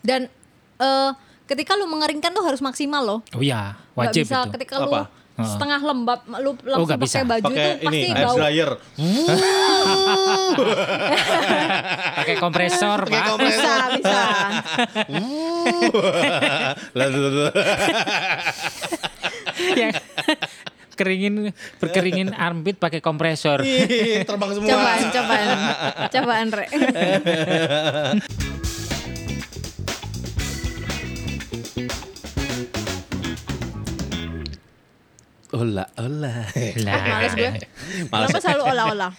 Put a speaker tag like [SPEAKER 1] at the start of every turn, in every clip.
[SPEAKER 1] Dan eh, ketika lu mengeringkan tuh harus maksimal loh.
[SPEAKER 2] Oh iya,
[SPEAKER 1] Nggak
[SPEAKER 2] wajib
[SPEAKER 1] bisa
[SPEAKER 2] itu. Oh,
[SPEAKER 1] ketika lu
[SPEAKER 3] Apa?
[SPEAKER 1] setengah lembab lu langsung pakai
[SPEAKER 2] nggak bisa.
[SPEAKER 1] baju itu
[SPEAKER 3] Pakai
[SPEAKER 1] pasti
[SPEAKER 3] ini air
[SPEAKER 1] bau.
[SPEAKER 3] dryer.
[SPEAKER 2] Pakai kompresor,
[SPEAKER 3] Pakai
[SPEAKER 2] Pak.
[SPEAKER 3] kompresor.
[SPEAKER 1] Bisa, bisa.
[SPEAKER 3] Lah, tuh, tuh, tuh.
[SPEAKER 2] Yang Ya. keringin berkeringin armpit pakai kompresor.
[SPEAKER 1] Iya.
[SPEAKER 3] Ih, Terbang semua.
[SPEAKER 1] Cobaan, cobaan. Cobaan, Rek.
[SPEAKER 3] Ola, ola.
[SPEAKER 2] Lah.
[SPEAKER 1] Males gue.
[SPEAKER 3] Males.
[SPEAKER 1] Kenapa selalu olah-olah?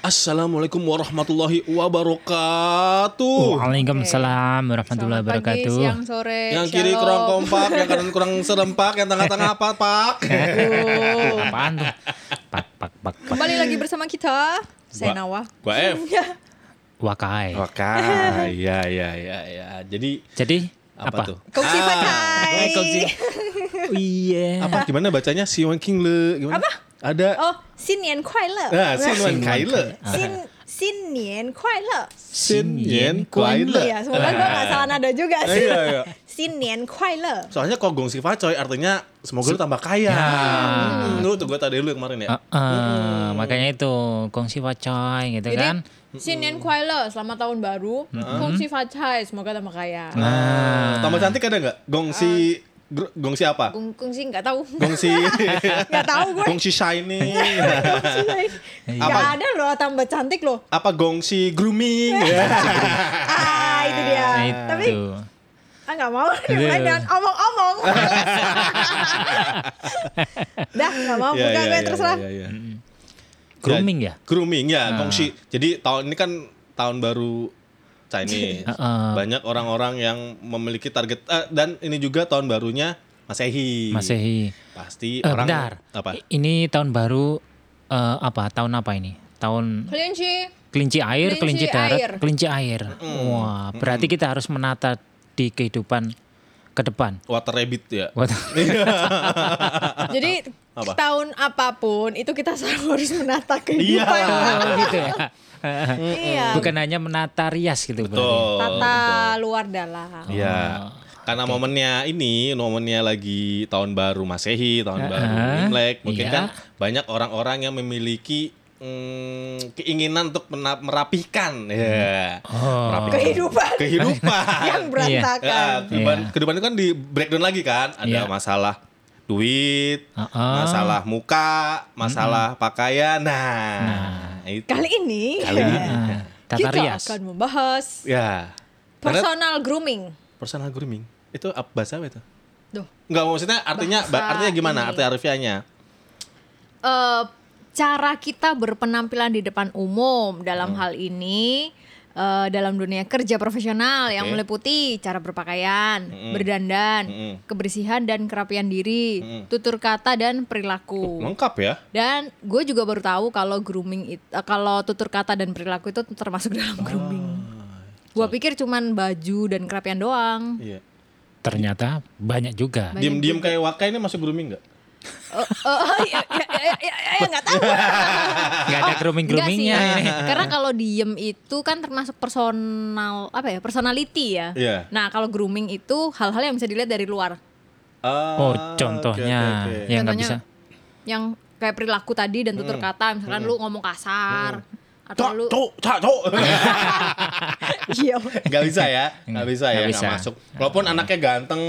[SPEAKER 3] Assalamualaikum warahmatullahi wabarakatuh.
[SPEAKER 2] Waalaikumsalam warahmatullahi
[SPEAKER 1] Selamat pagi,
[SPEAKER 2] wabarakatuh.
[SPEAKER 1] siang, sore.
[SPEAKER 3] Yang kiri
[SPEAKER 1] shalom.
[SPEAKER 3] kurang kompak, yang kanan kurang serempak, yang tengah-tengah apa, Pak?
[SPEAKER 2] Apaan tuh? Pak pak pak pak.
[SPEAKER 1] Kembali lagi bersama kita. Saya Nawa.
[SPEAKER 3] Gua F.
[SPEAKER 2] Wakai.
[SPEAKER 3] Oke, ya, ya, ya, ya. Jadi
[SPEAKER 2] Jadi
[SPEAKER 3] apa,
[SPEAKER 2] apa?
[SPEAKER 3] tuh?
[SPEAKER 1] Kongsi
[SPEAKER 3] Ah,
[SPEAKER 1] pakai.
[SPEAKER 2] Eh, kongsi. Oh, Iya.
[SPEAKER 3] Apa gimana bacanya si Wan King Le? Gimana? Apa? Ada
[SPEAKER 1] Oh, Xin Yan Kuai Le.
[SPEAKER 3] nah, si Wan
[SPEAKER 2] Wan
[SPEAKER 3] Kai Le.
[SPEAKER 1] Xin Xin Yan Kuai Le.
[SPEAKER 3] Sin Yen Kuai Le.
[SPEAKER 1] Iya, semoga gue gak salah nada juga sih.
[SPEAKER 3] Iya, iya.
[SPEAKER 1] Xin Yan Kuai
[SPEAKER 2] Iya
[SPEAKER 1] Le.
[SPEAKER 3] Soalnya kok gong si Facoy artinya semoga lu tambah
[SPEAKER 2] Ya.
[SPEAKER 3] kaya. Hmm, lu tuh gue tadi lu yang kemarin ya.
[SPEAKER 2] Eh, eh, makanya itu kongsi wacoy gitu
[SPEAKER 1] Jadi,
[SPEAKER 2] kan.
[SPEAKER 1] Xin Yan Kuai Le, selamat tahun baru.
[SPEAKER 3] Mm-hmm.
[SPEAKER 1] Kongsi Fachai, semoga tambah kaya.
[SPEAKER 3] Ah,
[SPEAKER 2] Nah,
[SPEAKER 3] Tambah cantik ada nggak? Gong si gr- gong si apa?
[SPEAKER 1] Kung- Kungsi gak tahu.
[SPEAKER 3] Gong si
[SPEAKER 1] Gak tahu gue.
[SPEAKER 3] gong si shiny.
[SPEAKER 1] Kungsi lagi. Gak
[SPEAKER 3] Apa?
[SPEAKER 1] ada loh tambah cantik loh.
[SPEAKER 3] Apa gong si grooming? Ya.
[SPEAKER 1] Ah, itu dia.
[SPEAKER 2] Nah, itu.
[SPEAKER 1] Tapi ah nggak mau dimulai
[SPEAKER 2] Aduh.
[SPEAKER 1] dengan omong-omong. Dah nggak mau
[SPEAKER 3] Ya,
[SPEAKER 1] buka
[SPEAKER 3] ya,
[SPEAKER 1] gue
[SPEAKER 3] ya,
[SPEAKER 1] terserah.
[SPEAKER 3] ya, ya.
[SPEAKER 2] grooming ya?
[SPEAKER 3] Grooming ya, gongsi.
[SPEAKER 2] Ah.
[SPEAKER 3] Jadi tahun ini kan tahun baru Chinese.
[SPEAKER 2] Heeh.
[SPEAKER 3] Banyak orang-orang yang memiliki target eh, dan ini juga tahun barunya Masehi.
[SPEAKER 2] Masehi.
[SPEAKER 3] Pasti
[SPEAKER 2] Eh,
[SPEAKER 3] orang
[SPEAKER 2] bentar.
[SPEAKER 3] apa?
[SPEAKER 2] I- Ini tahun baru eh, apa? Tahun apa ini? Tahun
[SPEAKER 1] Kelinci.
[SPEAKER 2] kelinci air,
[SPEAKER 1] Kelinci
[SPEAKER 2] kelinci, darat,
[SPEAKER 1] air.
[SPEAKER 2] kelinci air. Wah, berarti kita harus menata di kehidupan ke depan.
[SPEAKER 3] Water rabbit ya.
[SPEAKER 2] Buat-
[SPEAKER 1] Jadi
[SPEAKER 3] Apa?
[SPEAKER 1] tahun apapun itu kita selalu harus menata
[SPEAKER 3] Iya.
[SPEAKER 1] kehidupan.
[SPEAKER 2] Oh, gitu ya.
[SPEAKER 1] Iya.
[SPEAKER 2] Bukan hanya menata rias gitu berarti.
[SPEAKER 3] Betul.
[SPEAKER 1] Tata luar dalam.
[SPEAKER 3] Iya.
[SPEAKER 2] Oh.
[SPEAKER 3] Karena momennya ini, momennya lagi tahun baru Masehi, tahun baru
[SPEAKER 2] Ah,
[SPEAKER 3] Imlek,
[SPEAKER 2] iya.
[SPEAKER 3] mungkin kan banyak orang-orang yang memiliki mm, keinginan untuk mena- merapihkan ya.
[SPEAKER 2] Oh.
[SPEAKER 3] Merapihkan
[SPEAKER 1] Kehidupan
[SPEAKER 3] kehidupan.
[SPEAKER 1] yang berantakan.
[SPEAKER 3] Ya, kehidupan, kehidupan itu kan di breakdown lagi kan, ada
[SPEAKER 2] Iya.
[SPEAKER 3] masalah duit,
[SPEAKER 2] Heeh.
[SPEAKER 3] masalah muka, masalah pakaian. Nah, itu.
[SPEAKER 1] Kali ini,
[SPEAKER 3] Kali ini.
[SPEAKER 2] Nah, tata
[SPEAKER 1] kita
[SPEAKER 2] rias.
[SPEAKER 1] Gitu akan membahas
[SPEAKER 3] Ya. Karena-
[SPEAKER 1] personal grooming.
[SPEAKER 3] personal grooming itu apa bahasa apa itu?
[SPEAKER 1] Duh.
[SPEAKER 3] Enggak maksudnya artinya
[SPEAKER 1] Bahasa
[SPEAKER 3] artinya gimana?
[SPEAKER 1] ini.
[SPEAKER 3] Arti harfiahnya.
[SPEAKER 1] eh cara kita berpenampilan di depan umum
[SPEAKER 3] Hmm.
[SPEAKER 1] dalam hal ini eh, dalam dunia kerja profesional yang
[SPEAKER 3] Oke. Hmm.
[SPEAKER 1] meliputi cara berpakaian, berdandan,
[SPEAKER 3] Mm-mm.
[SPEAKER 1] kebersihan dan kerapian diri,
[SPEAKER 3] Mm-mm.
[SPEAKER 1] tutur kata dan perilaku.
[SPEAKER 3] Lengkap ya?
[SPEAKER 1] Dan gue juga baru tahu kalau grooming it- eh, kalau tutur kata dan perilaku itu termasuk dalam
[SPEAKER 3] Ah.
[SPEAKER 1] grooming. Gue pikir cuman baju dan kerapian doang.
[SPEAKER 3] Iya.
[SPEAKER 2] Ternyata banyak juga.
[SPEAKER 1] Banyak
[SPEAKER 3] Diem-diem kayak Waka ini masuk grooming enggak?
[SPEAKER 1] Eh, eh, ya, ya, ya, ya, ya, ya, nggak tahu.
[SPEAKER 2] Gak ada
[SPEAKER 1] Enggak
[SPEAKER 2] grooming-groomingnya
[SPEAKER 1] sih. ya.
[SPEAKER 2] ini.
[SPEAKER 1] Karena kalau diem itu kan termasuk personal apa ya personality ya.
[SPEAKER 3] Iya.
[SPEAKER 1] Nah kalau grooming itu hal-hal yang bisa dilihat dari luar.
[SPEAKER 3] Ah,
[SPEAKER 2] Oh,
[SPEAKER 3] oke,
[SPEAKER 2] contohnya
[SPEAKER 3] oke, oke.
[SPEAKER 2] yang nggak bisa.
[SPEAKER 1] Contohnya yang kayak perilaku tadi dan tutur kata, misalkan lu ngomong kasar atau
[SPEAKER 3] Cok,
[SPEAKER 1] lu
[SPEAKER 3] cok, cok, cok.
[SPEAKER 1] Iya.
[SPEAKER 3] Nggak bisa ya? Nggak bisa
[SPEAKER 2] Nggak
[SPEAKER 3] ya, nggak
[SPEAKER 2] bisa.
[SPEAKER 3] masuk. Walaupun anaknya ganteng,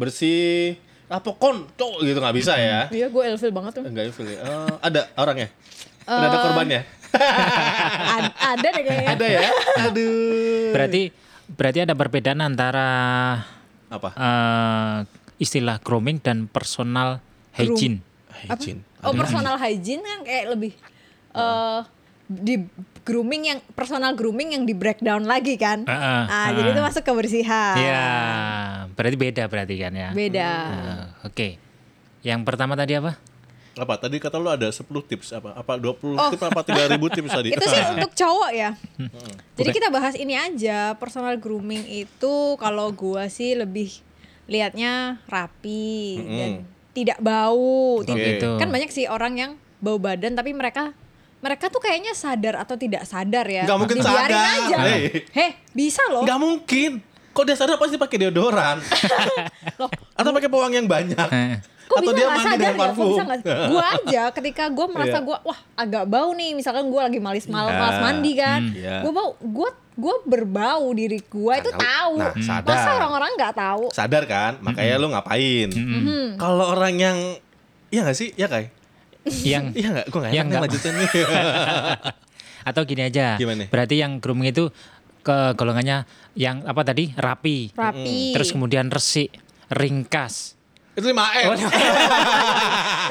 [SPEAKER 3] bersih, apa kon, cok gitu nggak bisa ya?
[SPEAKER 1] Iya, gue ilfil banget tuh.
[SPEAKER 3] Enggak evil ya. Eh, ada orangnya? Udah ada korbannya?
[SPEAKER 1] Ad- ada deh Eh, kayaknya.
[SPEAKER 3] ada ya? Aduh.
[SPEAKER 2] Berarti berarti ada perbedaan antara
[SPEAKER 3] Apa?
[SPEAKER 2] eh, istilah grooming dan personal hygiene.
[SPEAKER 3] Hygiene.
[SPEAKER 1] Oh personal hygiene kan kayak lebih eh di grooming yang personal grooming yang di breakdown lagi kan.
[SPEAKER 2] Ah, ah,
[SPEAKER 1] Ah, jadi itu masuk kebersihan.
[SPEAKER 2] Ya, berarti beda berarti kan ya.
[SPEAKER 1] Beda.
[SPEAKER 2] Eh, Oke. Yang pertama tadi apa?
[SPEAKER 3] Apa tadi kata lu ada 10 tips apa apa 20 tips apa 3000 tips tadi?
[SPEAKER 1] Oh.
[SPEAKER 3] Nah,
[SPEAKER 1] itu sih untuk cowok ya. Jadi kita bahas ini aja personal grooming itu kalau gua sih lebih liatnya rapi dan tidak bau.
[SPEAKER 3] Oke.
[SPEAKER 1] Tidak-
[SPEAKER 2] Gitu.
[SPEAKER 1] Kan banyak sih orang yang bau badan tapi mereka mereka tuh kayaknya sadar atau tidak sadar ya.
[SPEAKER 3] Nggak mungkin
[SPEAKER 1] Dibiarin
[SPEAKER 3] sadar.
[SPEAKER 1] aja.
[SPEAKER 3] Hey.
[SPEAKER 1] Heh, bisa loh.
[SPEAKER 3] Nggak mungkin. Kok dasarnya pasti pakai deodoran
[SPEAKER 1] Loh,
[SPEAKER 3] atau pakai pewangi yang banyak?
[SPEAKER 2] Heeh.
[SPEAKER 1] kok bisa
[SPEAKER 3] atau dia
[SPEAKER 1] nggak
[SPEAKER 3] mandi
[SPEAKER 1] sadar
[SPEAKER 3] dengan
[SPEAKER 1] ya? Kok
[SPEAKER 3] parfum?
[SPEAKER 1] bisa nggak? Gue aja ketika gue merasa gue wah agak bau nih, misalkan gue lagi malis mal
[SPEAKER 3] Iya.
[SPEAKER 1] malas mandi kan,
[SPEAKER 3] Hmm. Iya.
[SPEAKER 1] gue bau, gue gue berbau diri gue itu
[SPEAKER 3] Nah,
[SPEAKER 1] tahu.
[SPEAKER 3] nah, sadar.
[SPEAKER 1] Masa orang-orang nggak tahu?
[SPEAKER 3] Sadar kan? Makanya lu ngapain?
[SPEAKER 1] Mm-hmm.
[SPEAKER 3] Kalau orang yang Iya gak sih? Iya Kai?
[SPEAKER 2] yang
[SPEAKER 3] Iya gak? Gue gak
[SPEAKER 2] Iya
[SPEAKER 3] enak nih
[SPEAKER 2] nggak.
[SPEAKER 3] lanjutin
[SPEAKER 2] atau gini aja.
[SPEAKER 3] Gimana?
[SPEAKER 2] Berarti yang grooming itu ke golongannya yang apa tadi? Rapi. Hmm.
[SPEAKER 1] Rapi.
[SPEAKER 2] Terus kemudian resik, ringkas.
[SPEAKER 3] Itu 5R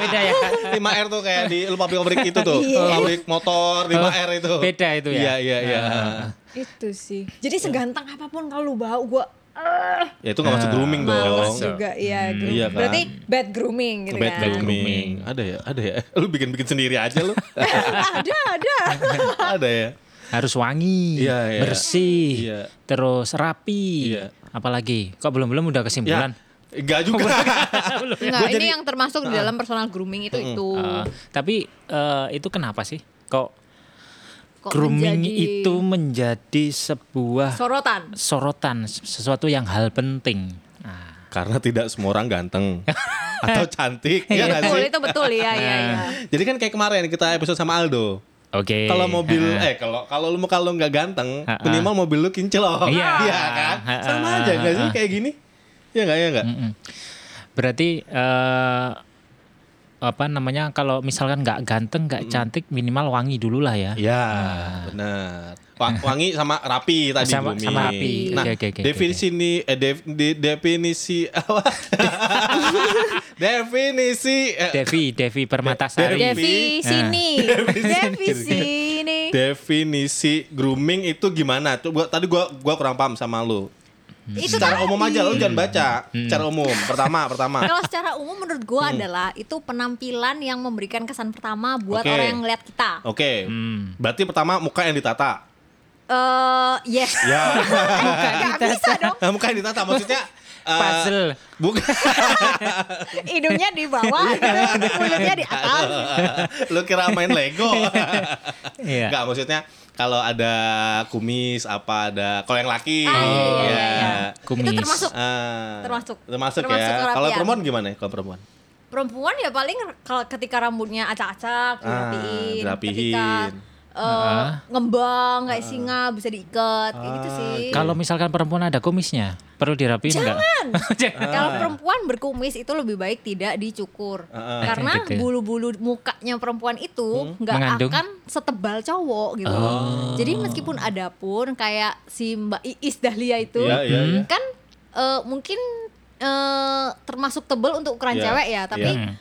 [SPEAKER 2] Beda ya.
[SPEAKER 3] 5R tuh kayak di lu pabrik-pabrik itu tuh
[SPEAKER 1] Iya.
[SPEAKER 3] Pabrik motor 5R itu
[SPEAKER 2] Oh, Beda itu ya.
[SPEAKER 3] Iya iya iya
[SPEAKER 1] Itu sih. Jadi segantang apapun kalau lu bau gue
[SPEAKER 3] Ya itu
[SPEAKER 2] Ah.
[SPEAKER 3] gak masuk grooming
[SPEAKER 1] males
[SPEAKER 3] dong
[SPEAKER 1] juga, iya. grooming.
[SPEAKER 3] iya kan.
[SPEAKER 1] Berarti bad grooming gitu
[SPEAKER 3] Bad
[SPEAKER 1] kan?
[SPEAKER 3] grooming. Ada ya, ada ya. Lu bikin-bikin sendiri aja lu.
[SPEAKER 1] ada, ada.
[SPEAKER 3] ada ya.
[SPEAKER 2] Harus wangi,
[SPEAKER 3] Iya, iya.
[SPEAKER 2] bersih,
[SPEAKER 3] Iya.
[SPEAKER 2] terus rapi.
[SPEAKER 3] Iya.
[SPEAKER 2] Apalagi? Kok belum-belum udah
[SPEAKER 3] Ya.
[SPEAKER 2] kesimpulan?
[SPEAKER 3] Enggak juga.
[SPEAKER 1] Enggak, ini yang termasuk
[SPEAKER 3] Ah.
[SPEAKER 1] di dalam personal grooming itu itu.
[SPEAKER 3] Hmm. Ya.
[SPEAKER 2] Eh, tapi eh, itu kenapa sih? Kok,
[SPEAKER 1] Kok
[SPEAKER 2] grooming
[SPEAKER 1] menjadi
[SPEAKER 2] itu menjadi sebuah
[SPEAKER 1] sorotan.
[SPEAKER 2] sorotan, se- sesuatu yang hal penting. Nah,
[SPEAKER 3] Karena tidak semua orang ganteng atau cantik, ya nggak
[SPEAKER 1] Betul,
[SPEAKER 3] sih?
[SPEAKER 1] itu betul ya, ya, ya.
[SPEAKER 3] Jadi kan kayak kemarin kita episode sama Aldo.
[SPEAKER 2] Oke.
[SPEAKER 3] Kalau mobil
[SPEAKER 2] Ha-ha.
[SPEAKER 3] eh kalau kalau lu kalau nggak ganteng,
[SPEAKER 2] Ha-ha.
[SPEAKER 3] minimal mobil lu kinclong.
[SPEAKER 2] Iya.
[SPEAKER 3] kan?
[SPEAKER 2] Ha-ha.
[SPEAKER 3] Sama aja nggak sih
[SPEAKER 2] Ha-ha.
[SPEAKER 3] kayak gini? Iya nggak ya nggak?
[SPEAKER 2] Mm-mm. Hmm. berarti eh, apa namanya? Kalau misalkan nggak ganteng, nggak cantik, minimal wangi dulu lah ya.
[SPEAKER 3] Hmm. Iya, benar. Wa- Wangi sama rapi tadi
[SPEAKER 2] Sama-
[SPEAKER 3] Bumi.
[SPEAKER 2] sama rapi.
[SPEAKER 3] Nah,
[SPEAKER 2] Oke, oke, oke,
[SPEAKER 3] definisi ini eh, def- de- definisi apa? definisi eh,
[SPEAKER 2] Devi, Devi Permatasari.
[SPEAKER 3] Devi. eh,
[SPEAKER 1] Devi sini. Devi sini.
[SPEAKER 3] definisi grooming itu gimana? Tuh gua tadi gua gua kurang paham sama lu.
[SPEAKER 1] Itu kan
[SPEAKER 3] Secara
[SPEAKER 1] tadi.
[SPEAKER 3] umum aja lu jangan baca.
[SPEAKER 2] Hmm.
[SPEAKER 3] Secara umum. Pertama, pertama.
[SPEAKER 1] Kalau secara umum menurut gua adalah itu penampilan yang memberikan kesan pertama buat
[SPEAKER 3] Oke.
[SPEAKER 1] orang yang ngeliat kita.
[SPEAKER 3] Oke.
[SPEAKER 2] Hmm.
[SPEAKER 3] Berarti pertama muka yang ditata.
[SPEAKER 1] Eh, yes.
[SPEAKER 3] Ya.
[SPEAKER 1] Gak bisa dong.
[SPEAKER 3] Nah, muka yang ditata maksudnya eh,
[SPEAKER 2] Puzzle.
[SPEAKER 3] Bukan.
[SPEAKER 1] Hidungnya di bawah, kulitnya di atas.
[SPEAKER 3] Oh, lu kira main Lego.
[SPEAKER 2] Iya.
[SPEAKER 3] Enggak maksudnya kalau ada kumis apa ada kalau yang laki.
[SPEAKER 1] Ah, iya, iya,
[SPEAKER 3] Ya.
[SPEAKER 1] iya,
[SPEAKER 2] Kumis.
[SPEAKER 1] Itu termasuk
[SPEAKER 3] Ah.
[SPEAKER 1] Termasuk.
[SPEAKER 3] termasuk
[SPEAKER 1] Termasuk
[SPEAKER 3] ya.
[SPEAKER 1] kerapian.
[SPEAKER 3] Kalau perempuan gimana? ya? Kalau perempuan?
[SPEAKER 1] perempuan ya paling kalau ketika rambutnya acak-acak
[SPEAKER 3] Ah,
[SPEAKER 1] dirapiin,
[SPEAKER 3] dirapihin.
[SPEAKER 1] ketika eh, ngembang kayak singa bisa diikat kayak gitu sih.
[SPEAKER 2] Kalau misalkan perempuan ada kumisnya, perlu dirapiin enggak? Jangan.
[SPEAKER 1] Kalau perempuan berkumis itu lebih baik tidak dicukur
[SPEAKER 3] Ah, Hmm? ah.
[SPEAKER 1] karena
[SPEAKER 2] Gitu.
[SPEAKER 1] bulu-bulu mukanya perempuan itu nggak
[SPEAKER 2] Mengandung. Oh.
[SPEAKER 1] akan setebal cowok gitu. Jadi meskipun ada pun kayak si Mbak Iis Dahlia itu
[SPEAKER 3] Iya, iya, iya.
[SPEAKER 1] kan eh, mungkin eh, termasuk tebel untuk ukuran
[SPEAKER 3] Iya,
[SPEAKER 1] cewek ya, tapi
[SPEAKER 3] iya.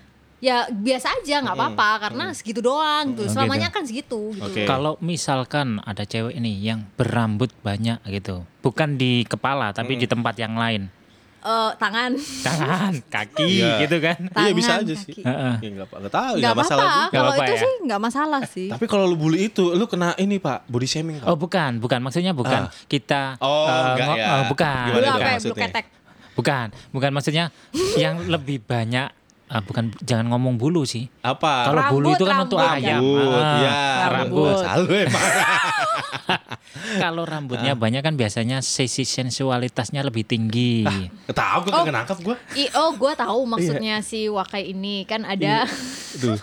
[SPEAKER 1] ya biasa aja nggak apa-apa karena segitu doang tuh.
[SPEAKER 2] Oh,
[SPEAKER 1] Selamanya
[SPEAKER 2] gitu.
[SPEAKER 1] kan segitu gitu.
[SPEAKER 3] Oke.
[SPEAKER 2] Kalau misalkan ada cewek nih yang berambut banyak gitu, bukan di kepala
[SPEAKER 3] Hmm.
[SPEAKER 2] tapi di tempat yang lain,
[SPEAKER 1] Eh, tangan
[SPEAKER 2] tangan, kaki
[SPEAKER 3] Iya.
[SPEAKER 2] gitu kan?
[SPEAKER 3] Iya
[SPEAKER 1] Tangan,
[SPEAKER 3] bisa aja sih.
[SPEAKER 1] kaki.
[SPEAKER 2] Heeh.
[SPEAKER 3] Ya, enggak apa enggak tahu
[SPEAKER 1] nggak
[SPEAKER 3] enggak masalah.
[SPEAKER 1] apa-apa.
[SPEAKER 3] juga.
[SPEAKER 2] Nggak
[SPEAKER 1] Kalau
[SPEAKER 2] apa-apa
[SPEAKER 1] itu
[SPEAKER 2] ya?
[SPEAKER 1] sih nggak masalah sih.
[SPEAKER 3] Tapi kalau lu bully itu lu kena ini Pak, body shaming Pak.
[SPEAKER 2] Oh bukan, bukan maksudnya bukan kita
[SPEAKER 3] Oh,
[SPEAKER 2] eh,
[SPEAKER 3] enggak
[SPEAKER 2] ngo-
[SPEAKER 3] ya.
[SPEAKER 2] eh, bukan,
[SPEAKER 3] Gimana
[SPEAKER 1] Belum apa ya,
[SPEAKER 3] dong
[SPEAKER 2] bukan,
[SPEAKER 1] belum
[SPEAKER 3] maksudnya?
[SPEAKER 1] ketek.
[SPEAKER 2] bukan, bukan maksudnya yang lebih banyak eh, bukan jangan ngomong bulu sih.
[SPEAKER 3] Apa?
[SPEAKER 2] Kalau bulu
[SPEAKER 1] Rambut,
[SPEAKER 2] itu kan untuk
[SPEAKER 1] rambut,
[SPEAKER 2] ayam.
[SPEAKER 3] rambut,
[SPEAKER 2] Ah,
[SPEAKER 3] ya,
[SPEAKER 2] rambut.
[SPEAKER 1] rambut.
[SPEAKER 3] Salah lu emang.
[SPEAKER 2] Kalau
[SPEAKER 3] Ah.
[SPEAKER 2] rambutnya banyak kan biasanya sisi sensualitasnya lebih tinggi.
[SPEAKER 3] Ah. Tahu gue kagak nangkap gue.
[SPEAKER 1] I, oh gue tahu maksudnya si Wakai ini kan ada
[SPEAKER 3] Duh.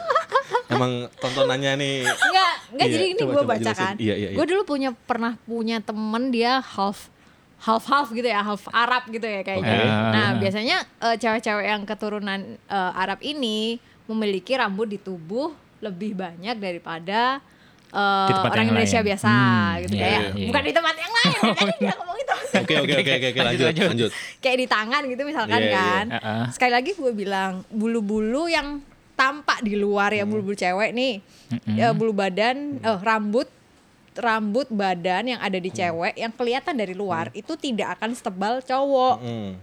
[SPEAKER 3] Emang tontonannya nih.
[SPEAKER 1] nggak nggak
[SPEAKER 3] Iya,
[SPEAKER 1] jadi ini
[SPEAKER 3] coba-
[SPEAKER 1] gue
[SPEAKER 3] coba
[SPEAKER 1] baca
[SPEAKER 3] jelasin.
[SPEAKER 1] kan
[SPEAKER 3] Iya, iya, iya.
[SPEAKER 1] gue dulu punya pernah punya temen dia half half half gitu ya half Arab gitu ya kayaknya
[SPEAKER 3] Oke.
[SPEAKER 1] nah biasanya eh, cewek-cewek yang keturunan eh, Arab ini memiliki rambut di tubuh lebih banyak daripada eh,
[SPEAKER 2] Di tempat
[SPEAKER 1] orang
[SPEAKER 2] yang
[SPEAKER 1] Indonesia
[SPEAKER 2] lain.
[SPEAKER 1] biasa
[SPEAKER 2] Hmm,
[SPEAKER 1] gitu
[SPEAKER 2] iya,
[SPEAKER 1] kayak
[SPEAKER 2] iya.
[SPEAKER 1] bukan di tempat yang lain kan tadi dia ngomong itu
[SPEAKER 3] Oke oke oke oke oke, lanjut
[SPEAKER 2] Lanjut,
[SPEAKER 3] lanjut.
[SPEAKER 1] kayak di tangan gitu misalkan
[SPEAKER 3] Iya, iya.
[SPEAKER 1] kan.
[SPEAKER 2] Heeh.
[SPEAKER 1] Sekali lagi gue bilang bulu-bulu yang tampak di luar
[SPEAKER 3] Hmm.
[SPEAKER 1] ya bulu-bulu cewek nih, Ya, bulu badan, eh, rambut, rambut badan yang ada
[SPEAKER 3] Hmm.
[SPEAKER 1] di cewek yang kelihatan dari luar itu tidak akan setebal cowok.
[SPEAKER 3] Hmm.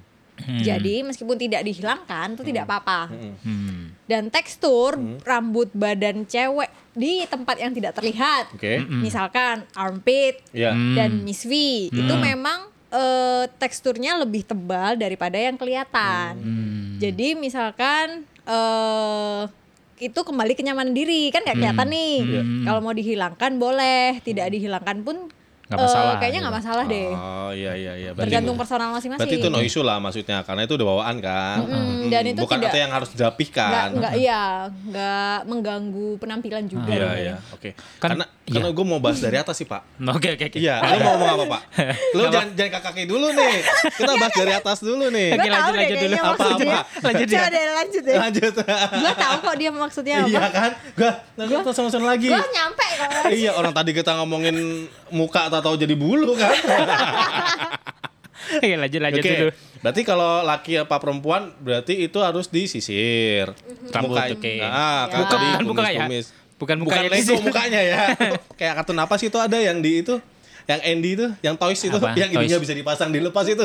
[SPEAKER 1] Jadi meskipun tidak dihilangkan itu tidak apa-apa.
[SPEAKER 2] Hmm.
[SPEAKER 1] Dan tekstur rambut badan cewek di tempat yang tidak terlihat,
[SPEAKER 3] Oke.
[SPEAKER 1] misalkan armpit,
[SPEAKER 3] Iya.
[SPEAKER 2] Mm. Hmm.
[SPEAKER 1] dan Miss V itu memang eh, teksturnya lebih tebal daripada yang kelihatan.
[SPEAKER 2] Hmm.
[SPEAKER 1] Jadi misalkan eh itu kembali
[SPEAKER 2] Hmm.
[SPEAKER 3] Iya.
[SPEAKER 1] kenyamanan diri kan nggak kelihatan nih. Kalau mau dihilangkan boleh, tidak dihilangkan pun
[SPEAKER 2] nggak
[SPEAKER 1] Eh,
[SPEAKER 2] masalah.
[SPEAKER 1] kayaknya
[SPEAKER 2] gitu.
[SPEAKER 1] nggak masalah deh.
[SPEAKER 3] Oh iya iya iya. Berarti-
[SPEAKER 1] Tergantung personal masing-masing.
[SPEAKER 3] Berarti itu no iya. issue lah maksudnya karena itu udah bawaan kan.
[SPEAKER 1] Mm-mm, dan itu
[SPEAKER 3] bukan
[SPEAKER 1] tidak-
[SPEAKER 3] atau yang harus
[SPEAKER 1] nggak
[SPEAKER 3] dirapihkan.
[SPEAKER 1] nggak iya nggak mengganggu penampilan juga
[SPEAKER 3] Iya iya. Oke.
[SPEAKER 2] Kan-
[SPEAKER 3] Karena karena gue mau bahas dari atas sih pak.
[SPEAKER 2] Oke oke oke.
[SPEAKER 3] Iya, lu mau ngomong apa pak? Lu jangan jangan kakaki dulu nih. Kita bahas dari atas dulu nih.
[SPEAKER 2] Oke,
[SPEAKER 1] Gua tahu
[SPEAKER 2] lanjut
[SPEAKER 1] deh
[SPEAKER 2] lanjut dulu.
[SPEAKER 1] kayaknya
[SPEAKER 2] Apa
[SPEAKER 1] maksudnya.
[SPEAKER 2] apa? Lanjut ya.
[SPEAKER 1] Coba deh lanjut deh
[SPEAKER 3] Lanjut.
[SPEAKER 1] gue tahu kok dia maksudnya
[SPEAKER 3] Iya
[SPEAKER 1] apa
[SPEAKER 3] kan? Gue nanti langsung lagi.
[SPEAKER 1] gue nyampe kok
[SPEAKER 3] Iya orang tadi kita ngomongin muka atau tahu jadi bulu kan.
[SPEAKER 2] Oke lanjut lanjut
[SPEAKER 3] Oke.
[SPEAKER 2] dulu.
[SPEAKER 3] Berarti kalau laki apa perempuan berarti itu harus disisir.
[SPEAKER 2] Mm-hmm. Rambut,
[SPEAKER 3] Muka-
[SPEAKER 2] oke.
[SPEAKER 3] Ah, kan
[SPEAKER 2] Bukan
[SPEAKER 3] tadi
[SPEAKER 2] bukan bukan ya.
[SPEAKER 3] kumis-kumis.
[SPEAKER 2] Bukan
[SPEAKER 3] Bukan
[SPEAKER 2] mukanya di
[SPEAKER 3] Lego
[SPEAKER 2] situ.
[SPEAKER 3] mukanya ya. Kayak kartun apa sih itu ada yang di itu yang Andy itu, yang toys itu,
[SPEAKER 2] Apa?
[SPEAKER 3] yang ininya
[SPEAKER 2] Toys.
[SPEAKER 3] bisa dipasang dilepas itu.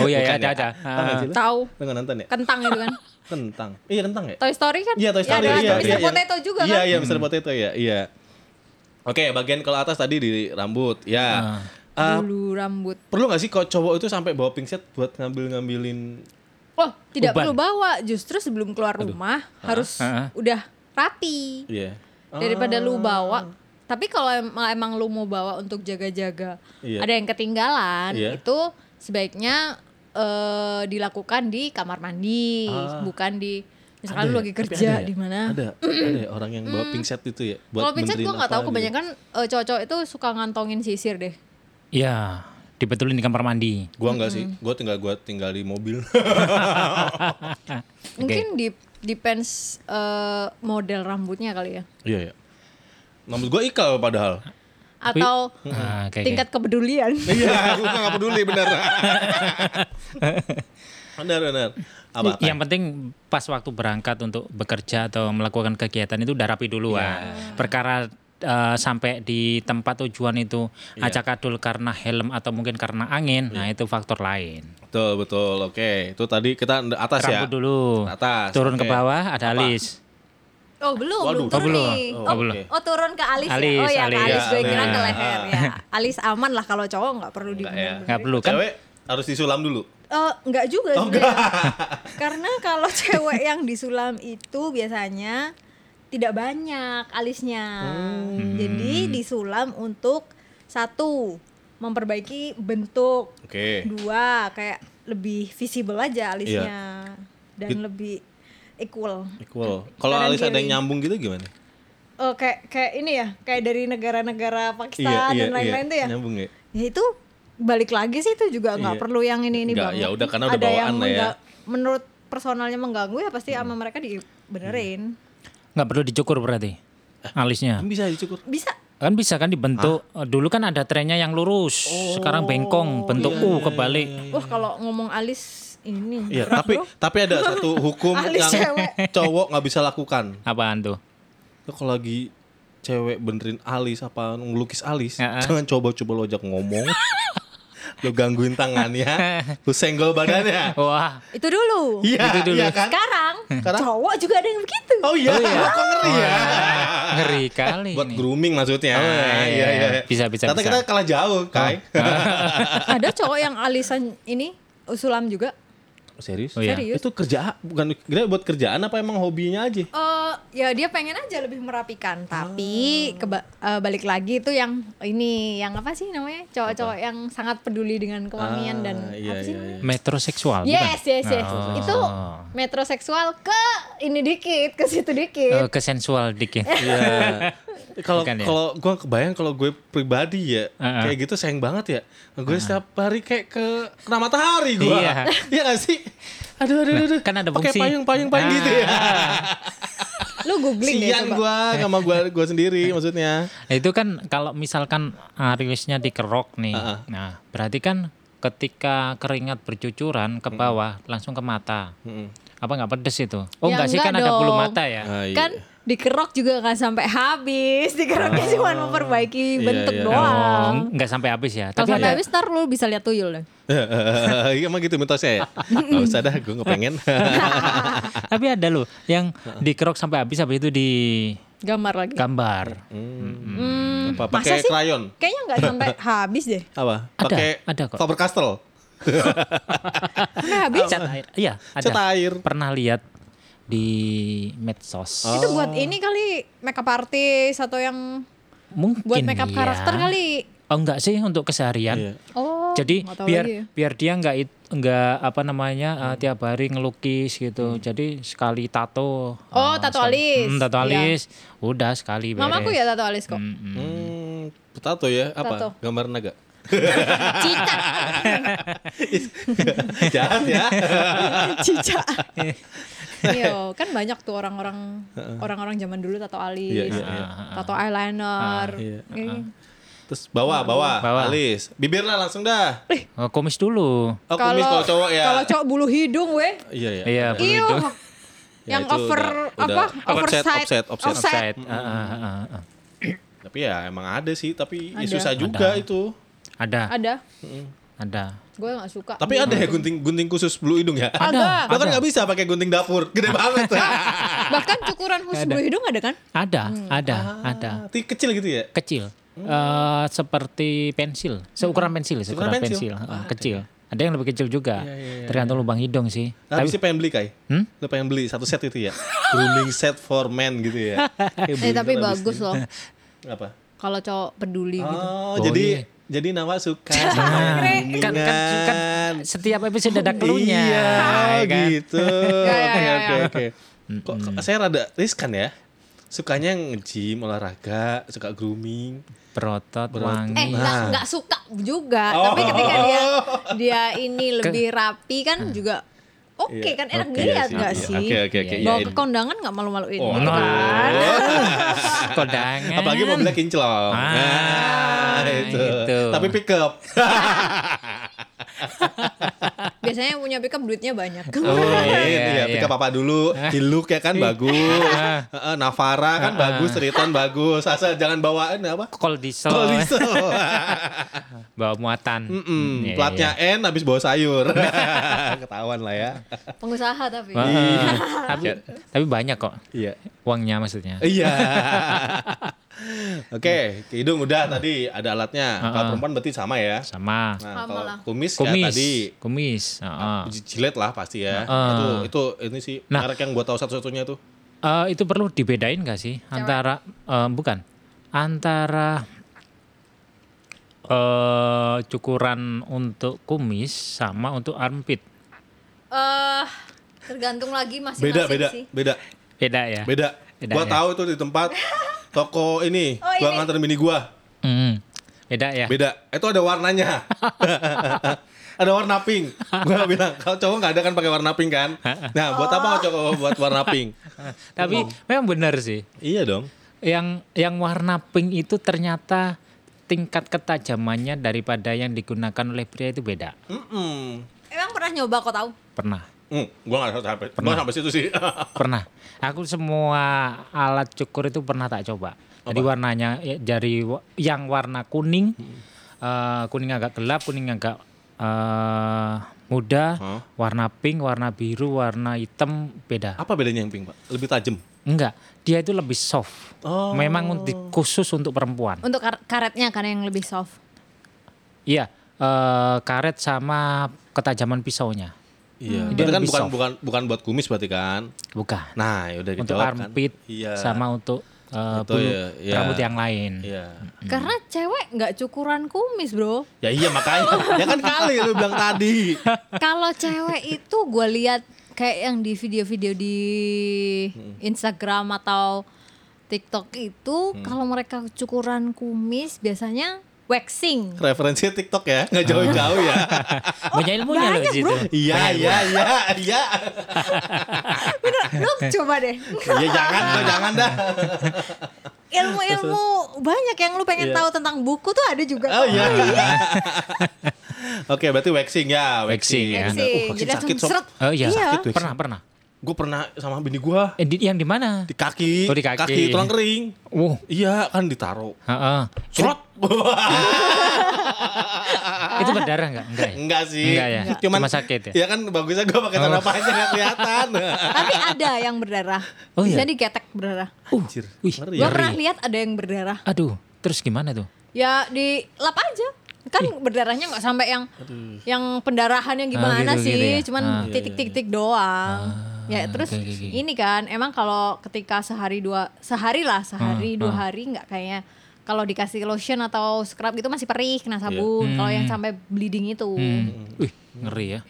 [SPEAKER 2] Oh iya, iya,
[SPEAKER 3] Bukan
[SPEAKER 2] ada,
[SPEAKER 3] ya? Ah,
[SPEAKER 2] ada.
[SPEAKER 3] Tahu nggak sih lu?
[SPEAKER 1] tahu
[SPEAKER 3] Lu nggak nonton ya?
[SPEAKER 1] kentang itu kan
[SPEAKER 3] Kentang. Iya kentang ya?
[SPEAKER 1] Toy Story kan
[SPEAKER 3] Iya Toy Story.
[SPEAKER 1] ya, ada
[SPEAKER 3] iya,
[SPEAKER 1] Mr.
[SPEAKER 3] iya,
[SPEAKER 1] Potato
[SPEAKER 3] yang-
[SPEAKER 1] juga
[SPEAKER 3] Iya
[SPEAKER 1] kan
[SPEAKER 3] iya Mr. Potato ya. Iya. Oke, bagian kalau atas tadi di
[SPEAKER 2] Ah.
[SPEAKER 3] rambut. Ya. Eh,
[SPEAKER 1] bulu rambut
[SPEAKER 3] perlu nggak sih kok cowok itu sampai bawa pingset buat ngambil-ngambilin
[SPEAKER 1] oh tidak
[SPEAKER 2] Uban.
[SPEAKER 1] perlu bawa justru sebelum keluar rumah
[SPEAKER 3] Ah,
[SPEAKER 1] harus
[SPEAKER 2] Hah?
[SPEAKER 1] udah rapi
[SPEAKER 3] Iya.
[SPEAKER 1] daripada lu bawa tapi kalau em- emang lu mau bawa untuk jaga-jaga
[SPEAKER 3] Iya.
[SPEAKER 1] ada yang ketinggalan
[SPEAKER 3] Iya.
[SPEAKER 1] itu sebaiknya eh, dilakukan di kamar mandi
[SPEAKER 3] Ah.
[SPEAKER 1] bukan di misalkan
[SPEAKER 3] Ada
[SPEAKER 1] lu
[SPEAKER 3] ya?
[SPEAKER 1] lagi
[SPEAKER 3] Tapi
[SPEAKER 1] kerja
[SPEAKER 3] ada ya?
[SPEAKER 1] di mana
[SPEAKER 3] Ada, ada ya orang yang bawa pingset itu ya.
[SPEAKER 1] kalau
[SPEAKER 3] buat
[SPEAKER 1] pijat
[SPEAKER 3] benerin
[SPEAKER 1] gua nggak
[SPEAKER 3] apa
[SPEAKER 1] tahu
[SPEAKER 3] gitu.
[SPEAKER 1] kebanyakan eh, cowok-cowok itu suka ngantongin sisir deh
[SPEAKER 2] Iya. Dibetulin di kamar mandi.
[SPEAKER 3] Gua nggak sih, gua tinggal gua tinggal di mobil.
[SPEAKER 2] Oke.
[SPEAKER 1] mungkin di depends eh, model rambutnya kali ya
[SPEAKER 3] Iya ya. Rambut gua ikal padahal.
[SPEAKER 1] atau
[SPEAKER 3] Hmm.
[SPEAKER 2] Ah, oke, oke.
[SPEAKER 1] tingkat kepedulian
[SPEAKER 3] Iya, gua nggak peduli bener. bener bener. Apa?
[SPEAKER 2] Y-
[SPEAKER 1] Iya.
[SPEAKER 2] Yang penting pas waktu berangkat untuk bekerja atau melakukan kegiatan itu udah rapi duluan.
[SPEAKER 3] Ya.
[SPEAKER 2] Perkara eh, sampai di tempat tujuan itu
[SPEAKER 3] Ya.
[SPEAKER 2] acak adul karena helm atau mungkin karena angin, nah itu faktor lain.
[SPEAKER 3] Betul betul. Oke, itu tadi kita atas ya.
[SPEAKER 2] Rambut dulu,
[SPEAKER 3] Atas,
[SPEAKER 2] turun ke
[SPEAKER 3] oke.
[SPEAKER 2] bawah ada alis.
[SPEAKER 1] Oh belum, belum
[SPEAKER 3] Waduh. Oh,
[SPEAKER 1] turun
[SPEAKER 2] belum.
[SPEAKER 1] nih.
[SPEAKER 3] Oh,
[SPEAKER 1] Oh,
[SPEAKER 3] belum.
[SPEAKER 1] oh, turun ke alis, ya.
[SPEAKER 2] Alis,
[SPEAKER 1] Oh ya ke
[SPEAKER 2] alis. Iya.
[SPEAKER 1] alis gue
[SPEAKER 3] Ya,
[SPEAKER 1] kira
[SPEAKER 3] alis.
[SPEAKER 1] ke leher ya. Alis aman lah kalau cowok nggak perlu
[SPEAKER 3] Nggak ya.
[SPEAKER 1] dibenerin.
[SPEAKER 2] Nggak perlu Oh, kan?
[SPEAKER 3] Cewek harus disulam dulu.
[SPEAKER 1] Eh, nggak juga sebenarnya. Karena kalau cewek yang disulam itu biasanya tidak banyak alisnya.
[SPEAKER 2] Oh. Hmm.
[SPEAKER 1] Jadi disulam untuk satu memperbaiki bentuk.
[SPEAKER 3] Oke. Iya.
[SPEAKER 1] Dua kayak lebih visible aja alisnya dan
[SPEAKER 3] It-
[SPEAKER 1] lebih equal.
[SPEAKER 3] Equal. Kalau
[SPEAKER 1] Kanan
[SPEAKER 3] alis ada
[SPEAKER 1] kiri.
[SPEAKER 3] yang nyambung gitu gimana?
[SPEAKER 1] Oh kayak kayak ini ya, kayak dari negara-negara Pakistan dan lain-lain tuh ya.
[SPEAKER 3] Iya, Nyambung ya.
[SPEAKER 1] Ya itu balik lagi sih itu juga nggak
[SPEAKER 3] Iya.
[SPEAKER 1] perlu yang ini ini
[SPEAKER 3] Nggak,
[SPEAKER 1] banget.
[SPEAKER 3] ya udah, karena udah
[SPEAKER 1] Ada
[SPEAKER 3] bawaan
[SPEAKER 1] yang
[SPEAKER 3] lah ya. Hmm.
[SPEAKER 1] mengga- Menurut personalnya mengganggu ya pasti sama mereka dibenerin.
[SPEAKER 2] Nggak perlu dicukur berarti alisnya.
[SPEAKER 3] Kan bisa dicukur.
[SPEAKER 1] Bisa.
[SPEAKER 2] Kan bisa kan dibentuk. Eh, Dulu kan ada trennya yang lurus,
[SPEAKER 3] Oh,
[SPEAKER 2] sekarang bengkong, bentuk U kebalik.
[SPEAKER 1] Wah kalau ngomong alis ini.
[SPEAKER 3] Hmm. Iya,
[SPEAKER 1] berat,
[SPEAKER 3] tapi
[SPEAKER 1] bro.
[SPEAKER 3] tapi ada satu hukum
[SPEAKER 1] Alis
[SPEAKER 3] yang
[SPEAKER 1] cewek.
[SPEAKER 3] cowok nggak bisa lakukan.
[SPEAKER 2] Apaan tuh?
[SPEAKER 3] Lo kalau lagi cewek benerin alis apa ngelukis alis,
[SPEAKER 2] Heeh.
[SPEAKER 3] jangan coba-coba lo ajak ngomong. lo gangguin tangannya, lo senggol badannya.
[SPEAKER 2] Wah,
[SPEAKER 1] itu dulu.
[SPEAKER 3] Iya,
[SPEAKER 2] Itu dulu.
[SPEAKER 3] iya kan?
[SPEAKER 1] Sekarang,
[SPEAKER 3] Sekarang?
[SPEAKER 1] cowok juga ada yang begitu.
[SPEAKER 3] Oh iya, kok ngeri ya.
[SPEAKER 2] ngeri kali
[SPEAKER 3] Buat
[SPEAKER 2] ini.
[SPEAKER 3] grooming maksudnya.
[SPEAKER 2] Oh, iya, iya, iya. Bisa, bisa,
[SPEAKER 3] Karena
[SPEAKER 2] bisa. Oh.
[SPEAKER 3] kita kalah jauh, Kai.
[SPEAKER 1] ada cowok yang alisan ini usulam juga.
[SPEAKER 3] Serius?
[SPEAKER 2] Oh, iya.
[SPEAKER 1] Serius.
[SPEAKER 3] Itu kerja bukan kira buat kerjaan apa emang hobinya aja?
[SPEAKER 1] eh ya dia pengen aja lebih merapikan tapi keba- eh, balik lagi itu yang ini yang apa sih namanya cowok-cowok yang sangat peduli dengan
[SPEAKER 3] Ah,
[SPEAKER 1] kewangian dan
[SPEAKER 3] iya,
[SPEAKER 1] apa sih
[SPEAKER 3] iya,
[SPEAKER 1] namanya
[SPEAKER 2] Metroseksual. bukan?
[SPEAKER 1] yes yes yes itu metroseksual ke ini dikit ke situ dikit
[SPEAKER 2] Eh, kesensual dikit.
[SPEAKER 1] eh.
[SPEAKER 3] Iya. Kalau
[SPEAKER 2] Bukan ya?
[SPEAKER 3] kalau gua kebayang kalau gue pribadi ya
[SPEAKER 2] Heeh.
[SPEAKER 3] kayak gitu sayang banget ya. Gue setiap hari kayak ke kena matahari gua.
[SPEAKER 2] Iya.
[SPEAKER 3] Iya gak sih? Aduh aduh
[SPEAKER 2] Nah,
[SPEAKER 3] aduh. aduh.
[SPEAKER 2] kan ada
[SPEAKER 3] Pakai
[SPEAKER 2] fungsi.
[SPEAKER 3] payung payung payung
[SPEAKER 2] Ah.
[SPEAKER 3] gitu ya.
[SPEAKER 1] lu googling deh
[SPEAKER 3] Sian
[SPEAKER 1] coba
[SPEAKER 3] gua sama gua gua sendiri maksudnya.
[SPEAKER 2] Itu kan kalau misalkan alisnya dikerok nih.
[SPEAKER 3] Heeh.
[SPEAKER 2] Nah, berarti kan ketika keringat bercucuran ke bawah langsung ke mata.
[SPEAKER 3] Mm-mm.
[SPEAKER 2] Apa nggak pedes itu? Oh,
[SPEAKER 1] Ya,
[SPEAKER 2] enggak sih kan
[SPEAKER 1] enggak
[SPEAKER 2] ada bulu
[SPEAKER 1] dong.
[SPEAKER 2] mata ya.
[SPEAKER 3] Ah, iya.
[SPEAKER 1] kan dikerok juga nggak sampai habis dikeroknya cuma memperbaiki
[SPEAKER 3] Iya,
[SPEAKER 1] bentuk
[SPEAKER 3] iya.
[SPEAKER 1] doang
[SPEAKER 2] Oh, enggak sampai habis ya.
[SPEAKER 1] kalau
[SPEAKER 2] Tapi
[SPEAKER 1] sampai
[SPEAKER 2] ada
[SPEAKER 1] habis ntar lu bisa lihat tuyul deh
[SPEAKER 3] Iya emang gitu mitosnya ya. Gak usah dah, gue gak pengen.
[SPEAKER 1] Nah,
[SPEAKER 2] tapi ada loh yang dikerok sampai habis habis itu digambar.
[SPEAKER 1] gambar lagi
[SPEAKER 3] Hmm.
[SPEAKER 1] Masa
[SPEAKER 3] Apa pakai
[SPEAKER 1] sih?
[SPEAKER 3] krayon?
[SPEAKER 1] kayaknya nggak sampai habber habis deh
[SPEAKER 3] Apa?
[SPEAKER 2] Ada,
[SPEAKER 3] Pakai
[SPEAKER 2] ada kok.
[SPEAKER 3] Faber Castell.
[SPEAKER 1] sampai habis
[SPEAKER 2] Cat air. Iya, ada.
[SPEAKER 3] Cat air.
[SPEAKER 2] Pernah lihat di medsos.
[SPEAKER 1] Itu buat ini kali makeup artist atau yang
[SPEAKER 2] Mungkin
[SPEAKER 1] buat makeup
[SPEAKER 2] iya.
[SPEAKER 1] karakter kali.
[SPEAKER 2] oh enggak sih untuk keseharian.
[SPEAKER 3] Iya.
[SPEAKER 1] Oh.
[SPEAKER 2] Jadi
[SPEAKER 1] nggak tahu
[SPEAKER 2] biar
[SPEAKER 1] lagi ya. Hmm.
[SPEAKER 2] biar dia enggak it- enggak apa namanya eh, tiap hari ngelukis gitu. Jadi sekali tato.
[SPEAKER 1] Oh,
[SPEAKER 2] eh,
[SPEAKER 1] tato alis.
[SPEAKER 2] sekali- Hmm, tato
[SPEAKER 1] Iya.
[SPEAKER 2] alis. Udah sekali beres.
[SPEAKER 1] Mamaku ya tato alis kok.
[SPEAKER 3] Hmm, tato ya apa?
[SPEAKER 1] Tato.
[SPEAKER 3] Gambar naga.
[SPEAKER 1] Cicak,
[SPEAKER 3] Jahat ya.
[SPEAKER 1] cicak. Iya, kan banyak tuh orang-orang orang-orang zaman dulu tato alis,
[SPEAKER 3] Iya, iya, iya.
[SPEAKER 1] tato eyeliner.
[SPEAKER 3] Iya.
[SPEAKER 1] Ini.
[SPEAKER 3] Terus bawa, bawa,
[SPEAKER 2] Bawa.
[SPEAKER 3] alis. Bibir lah langsung dah.
[SPEAKER 2] Eh, komis dulu.
[SPEAKER 3] Oh, kumis kalau cowok ya.
[SPEAKER 1] Kalau cowok bulu hidung weh.
[SPEAKER 3] Iya, iya.
[SPEAKER 2] Iya, bulu
[SPEAKER 1] Iyo.
[SPEAKER 2] itu.
[SPEAKER 3] Ya,
[SPEAKER 1] Yang
[SPEAKER 3] itu
[SPEAKER 1] over
[SPEAKER 3] udah-
[SPEAKER 1] apa?
[SPEAKER 3] udah.
[SPEAKER 1] oversight.
[SPEAKER 3] Offset, offset,
[SPEAKER 2] Offside.
[SPEAKER 3] offset.
[SPEAKER 2] Ah, ah, ah, ah, ah.
[SPEAKER 3] Tapi ya emang ada sih, tapi ya
[SPEAKER 1] Ada.
[SPEAKER 3] susah juga itu.
[SPEAKER 2] Ada,
[SPEAKER 1] Ada.
[SPEAKER 2] ada.
[SPEAKER 1] Gue gak suka.
[SPEAKER 3] Tapi ada ya gunting gunting khusus bulu hidung ya?
[SPEAKER 1] Ada.
[SPEAKER 3] Lo kan nggak bisa pakai gunting dapur, gede banget.
[SPEAKER 1] Bahkan cukuran khusus bulu hidung ada kan?
[SPEAKER 2] Ada, ada, ada.
[SPEAKER 3] Tapi kecil gitu ya?
[SPEAKER 2] Kecil. Eh, seperti pensil, seukuran pensil, seukuran
[SPEAKER 3] Seukuran pensil.
[SPEAKER 2] pensil, Ah, kecil. Ada yang lebih kecil juga, tergantung lubang hidung sih.
[SPEAKER 3] Nah,
[SPEAKER 2] Tapi
[SPEAKER 3] Habisnya pengen beli kai?
[SPEAKER 2] Hmm?
[SPEAKER 3] Lo pengen beli satu set itu ya? Grooming set for men gitu ya? Kayak
[SPEAKER 1] Eh
[SPEAKER 3] beli
[SPEAKER 1] tapi
[SPEAKER 3] gitu habis
[SPEAKER 1] bagus
[SPEAKER 3] itu.
[SPEAKER 1] loh
[SPEAKER 3] Apa?
[SPEAKER 1] kalau cowok peduli gitu.
[SPEAKER 3] Oh,
[SPEAKER 2] Oh,
[SPEAKER 3] jadi
[SPEAKER 2] iya. Nah.
[SPEAKER 3] jadi Nawa suka
[SPEAKER 2] kan, kan, kan
[SPEAKER 3] groomingan.
[SPEAKER 2] setiap episode ada cluenya.
[SPEAKER 3] Iya,
[SPEAKER 2] ya kan?
[SPEAKER 3] gitu.
[SPEAKER 1] Ya, ya,
[SPEAKER 3] Oke,
[SPEAKER 1] ya,
[SPEAKER 3] oke, oke. Kok kok saya rada riskan ya? Sukanya nge-gym, olahraga, suka grooming.
[SPEAKER 2] Berotot, wangi.
[SPEAKER 1] Eh nggak nggak suka juga,
[SPEAKER 3] Nah. Oh.
[SPEAKER 1] tapi ketika dia dia ini lebih rapi kan juga oke
[SPEAKER 3] Iya,
[SPEAKER 1] kan enak
[SPEAKER 2] oke
[SPEAKER 1] dilihat
[SPEAKER 2] sih,
[SPEAKER 1] nggak
[SPEAKER 3] iya.
[SPEAKER 1] sih?
[SPEAKER 3] Oke, oke, oke,
[SPEAKER 1] Bawa
[SPEAKER 3] iya,
[SPEAKER 1] ke
[SPEAKER 3] iya.
[SPEAKER 1] kondangan nggak malu-maluin
[SPEAKER 3] Oh,
[SPEAKER 1] gitu kan?
[SPEAKER 2] Kondangan.
[SPEAKER 3] Apalagi mobilnya kinclong.
[SPEAKER 2] Ah, Kan?
[SPEAKER 3] itu.
[SPEAKER 2] gitu.
[SPEAKER 3] Tapi pick up.
[SPEAKER 1] Biasanya yang punya pickup duitnya banyak.
[SPEAKER 2] Oh, iya,
[SPEAKER 3] Iya,
[SPEAKER 2] iya, Ah.
[SPEAKER 3] pick
[SPEAKER 2] iya.
[SPEAKER 3] up apa dulu? Hiluk ya kan bagus. Heeh, Navara
[SPEAKER 2] Ah,
[SPEAKER 3] kan bagus, Triton bagus. Asal jangan bawaan apa?
[SPEAKER 2] Kol diesel,
[SPEAKER 3] Kalau diesel.
[SPEAKER 2] bawa muatan.
[SPEAKER 3] Mm,
[SPEAKER 2] Iya,
[SPEAKER 3] Platnya N habis bawa sayur. Ketahuan lah ya.
[SPEAKER 1] Pengusaha tapi.
[SPEAKER 2] Wah, tapi, tapi banyak kok
[SPEAKER 3] Iya.
[SPEAKER 2] uangnya maksudnya.
[SPEAKER 3] Iya. Oke, ke hidung udah tadi ada alatnya. Kalau perempuan berarti sama ya.
[SPEAKER 2] Sama.
[SPEAKER 3] Nah,
[SPEAKER 1] Sama
[SPEAKER 3] kalau
[SPEAKER 1] lah.
[SPEAKER 3] kumis,
[SPEAKER 2] Kumis.
[SPEAKER 3] ya tadi
[SPEAKER 2] Kumis. heeh.
[SPEAKER 3] j- jilet lah pasti ya.
[SPEAKER 2] Heeh.
[SPEAKER 3] Itu itu ini sih
[SPEAKER 2] Nah.
[SPEAKER 3] merek yang gua tahu satu-satunya tuh.
[SPEAKER 2] Eh, itu perlu dibedain gak sih antara eh, bukan antara eh cukuran untuk kumis sama untuk armpit.
[SPEAKER 1] Eh tergantung lagi masing-masing
[SPEAKER 3] Beda beda
[SPEAKER 1] sih.
[SPEAKER 3] beda
[SPEAKER 2] Beda ya.
[SPEAKER 3] beda.
[SPEAKER 2] Beda
[SPEAKER 3] Gua
[SPEAKER 2] ya.
[SPEAKER 3] tahu itu di tempat toko ini.
[SPEAKER 1] Oh,
[SPEAKER 3] gua nganterin bini gua.
[SPEAKER 2] Mm, Beda ya.
[SPEAKER 3] Beda. Itu ada warnanya. ada warna pink. Gua bilang kalau cowok nggak ada kan pakai warna pink kan. Nah, buat
[SPEAKER 1] Oh.
[SPEAKER 3] apa cowok buat warna pink?
[SPEAKER 2] Tapi memang benar sih.
[SPEAKER 3] iya dong.
[SPEAKER 2] Yang yang warna pink itu ternyata tingkat ketajamannya daripada yang digunakan oleh pria itu beda.
[SPEAKER 3] Mm-mm.
[SPEAKER 1] Emang pernah nyoba kok tahu?
[SPEAKER 2] Pernah.
[SPEAKER 3] Hmm, gua nggak sampai, gua sampai situ sih.
[SPEAKER 2] pernah aku semua alat cukur itu pernah tak coba jadi warnanya ya, dari wa- yang warna kuning
[SPEAKER 3] Hmm.
[SPEAKER 2] eh, kuning agak gelap kuning agak eh, muda
[SPEAKER 3] Hah?
[SPEAKER 2] warna pink warna biru warna hitam beda
[SPEAKER 3] Apa bedanya yang pink, Pak? Lebih tajam.
[SPEAKER 2] enggak dia itu lebih soft
[SPEAKER 3] Oh.
[SPEAKER 2] memang untuk khusus untuk perempuan
[SPEAKER 1] Untuk kar- karetnya kan yang lebih soft.
[SPEAKER 2] iya eh, karet sama ketajaman pisaunya Dia
[SPEAKER 3] Iya. Berarti kan
[SPEAKER 2] Hmm. lebih
[SPEAKER 3] bukan
[SPEAKER 2] soft.
[SPEAKER 3] bukan bukan buat kumis berarti kan?
[SPEAKER 2] bukan
[SPEAKER 3] Nah, ya udah
[SPEAKER 2] untuk
[SPEAKER 3] dijawab kan.
[SPEAKER 2] armpit
[SPEAKER 3] Iya.
[SPEAKER 2] sama untuk eh,
[SPEAKER 3] Itu
[SPEAKER 2] bulu
[SPEAKER 3] ya, iya.
[SPEAKER 2] rambut yang lain
[SPEAKER 3] Iya.
[SPEAKER 1] Karena cewek nggak cukuran kumis bro.
[SPEAKER 3] Ya iya makanya. ya kan kali lu bilang tadi.
[SPEAKER 1] Kalau cewek itu gue lihat kayak yang di video-video di
[SPEAKER 3] Hmm.
[SPEAKER 1] Instagram atau TikTok itu
[SPEAKER 3] Hmm.
[SPEAKER 1] kalau mereka cukuran kumis biasanya waxing.
[SPEAKER 3] Referensi TikTok ya, nggak jauh-jauh ya.
[SPEAKER 2] punya ilmunya loh
[SPEAKER 1] banyak,
[SPEAKER 2] di situ.
[SPEAKER 1] bro.
[SPEAKER 3] Iya, iya, iya, iya.
[SPEAKER 1] Lu coba deh.
[SPEAKER 3] Ya jangan, lo jangan dah.
[SPEAKER 1] Ilmu-ilmu banyak yang lu pengen
[SPEAKER 3] Iya.
[SPEAKER 1] tahu tentang buku tuh ada juga.
[SPEAKER 3] Oh iya. Oke, berarti waxing ya,
[SPEAKER 2] Waxing,
[SPEAKER 3] waxing.
[SPEAKER 2] ya.
[SPEAKER 1] Waxing.
[SPEAKER 3] Uh,
[SPEAKER 1] Jadi
[SPEAKER 3] waxing
[SPEAKER 1] langsung
[SPEAKER 3] sakit sob.
[SPEAKER 1] seret.
[SPEAKER 2] Oh iya,
[SPEAKER 1] Iya.
[SPEAKER 2] sakit, pernah pernah.
[SPEAKER 3] Gue pernah sama bini gua
[SPEAKER 2] Eh, di- yang di mana?
[SPEAKER 3] di kaki,
[SPEAKER 2] Oh, di kaki.
[SPEAKER 3] tulang kering.
[SPEAKER 2] Uh,
[SPEAKER 3] Iya, kan ditaruh.
[SPEAKER 2] heeh.
[SPEAKER 3] Serot.
[SPEAKER 2] Itu berdarah enggak? Enggak ya?
[SPEAKER 3] Enggak sih.
[SPEAKER 2] Enggak ya?
[SPEAKER 3] Cuman
[SPEAKER 2] Cuma sakit ya?
[SPEAKER 3] Iya kan bagusnya gue pakai celana panjang nggak kelihatan.
[SPEAKER 1] Tapi ada yang berdarah.
[SPEAKER 2] Oh iya.
[SPEAKER 1] Bisa digetek berdarah.
[SPEAKER 2] Uh,
[SPEAKER 3] Anjir,
[SPEAKER 2] wih,
[SPEAKER 3] ngeri
[SPEAKER 1] Gue
[SPEAKER 3] ya.
[SPEAKER 1] pernah lihat ada yang berdarah.
[SPEAKER 2] Aduh, terus gimana tuh?
[SPEAKER 1] Ya di lap aja. Kan berdarahnya nggak sampai yang yang pendarahan yang gimana
[SPEAKER 2] Ah, gitu,
[SPEAKER 1] sih,
[SPEAKER 2] gitu ya.
[SPEAKER 1] cuman
[SPEAKER 2] Ah.
[SPEAKER 1] titik-titik doang. ya terus
[SPEAKER 2] oke, oke, oke. Ah,
[SPEAKER 1] ini kan emang kalau ketika sehari dua sehari lah sehari dua hari nggak kayaknya kalau dikasih lotion atau scrub gitu masih perih
[SPEAKER 2] Iya.
[SPEAKER 1] kena
[SPEAKER 2] Hmm.
[SPEAKER 1] sabun. Kalau yang sampai bleeding itu.
[SPEAKER 3] Hmm.
[SPEAKER 2] Wih, ngeri ya.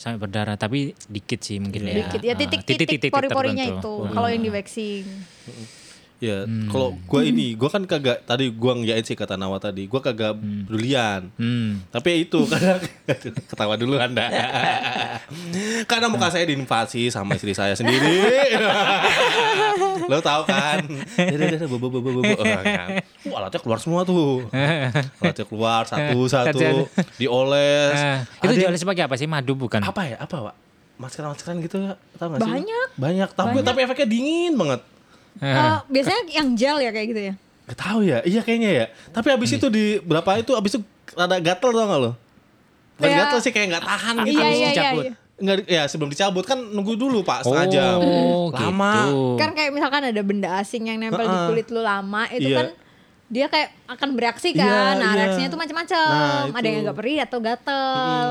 [SPEAKER 2] Sampai berdarah tapi dikit sih mungkin ya.
[SPEAKER 1] Dikit ya
[SPEAKER 2] Ah,
[SPEAKER 1] titik-titik pori-porinya itu.
[SPEAKER 2] tertentu. Hmm.
[SPEAKER 1] Kalau yang di waxing.
[SPEAKER 3] Ya, kalau gua ini, gua kan kagak tadi gua ngiyain sih kata Nawa tadi, gua kagak pedulian.
[SPEAKER 2] Hmm.
[SPEAKER 3] Tapi ya itu karena ketawa dulu Anda. karena muka saya diinvasi sama istri saya sendiri. Lo tahu kan? Ya udah, udah, udah, bobo bobo bobo. Eh. Oh, kan. Wah, alatnya keluar semua tuh. Alatnya keluar satu satu, dioles.
[SPEAKER 2] Ah, itu
[SPEAKER 3] Ada-
[SPEAKER 2] jualnya sebagai apa sih? Madu bukan?
[SPEAKER 3] apa ya? Apa, Pak? Maskeran-maskeran gitu, tahu gak sih?
[SPEAKER 1] Hmm. Banyak.
[SPEAKER 3] Banyak, tapi tapi efeknya dingin banget.
[SPEAKER 2] Ah.
[SPEAKER 1] Eh, biasanya yang gel ya kayak gitu ya.
[SPEAKER 3] Gak tau ya, iya kayaknya ya. Tapi
[SPEAKER 1] Hmm.
[SPEAKER 3] abis itu di berapa itu abis itu rada gatel tau gak lo? Bukan
[SPEAKER 1] Iya.
[SPEAKER 3] gatel sih kayak gak tahan gitu.
[SPEAKER 1] Iya iya
[SPEAKER 2] Habis
[SPEAKER 1] iya.
[SPEAKER 2] dicabut.
[SPEAKER 1] iya.
[SPEAKER 3] Nggak, ya sebelum dicabut kan nunggu dulu pak setengah jam.
[SPEAKER 2] Oh,
[SPEAKER 3] Lama.
[SPEAKER 2] gitu.
[SPEAKER 1] Kan kayak misalkan ada benda asing yang nempel di
[SPEAKER 3] Heeh.
[SPEAKER 1] kulit lu lama itu
[SPEAKER 3] Iya.
[SPEAKER 1] kan dia kayak akan bereaksi
[SPEAKER 3] Iya,
[SPEAKER 1] kan. nah,
[SPEAKER 3] iya.
[SPEAKER 1] reaksinya tuh macam-macam.
[SPEAKER 3] Nah, itu.
[SPEAKER 1] ada yang agak perih atau gatel.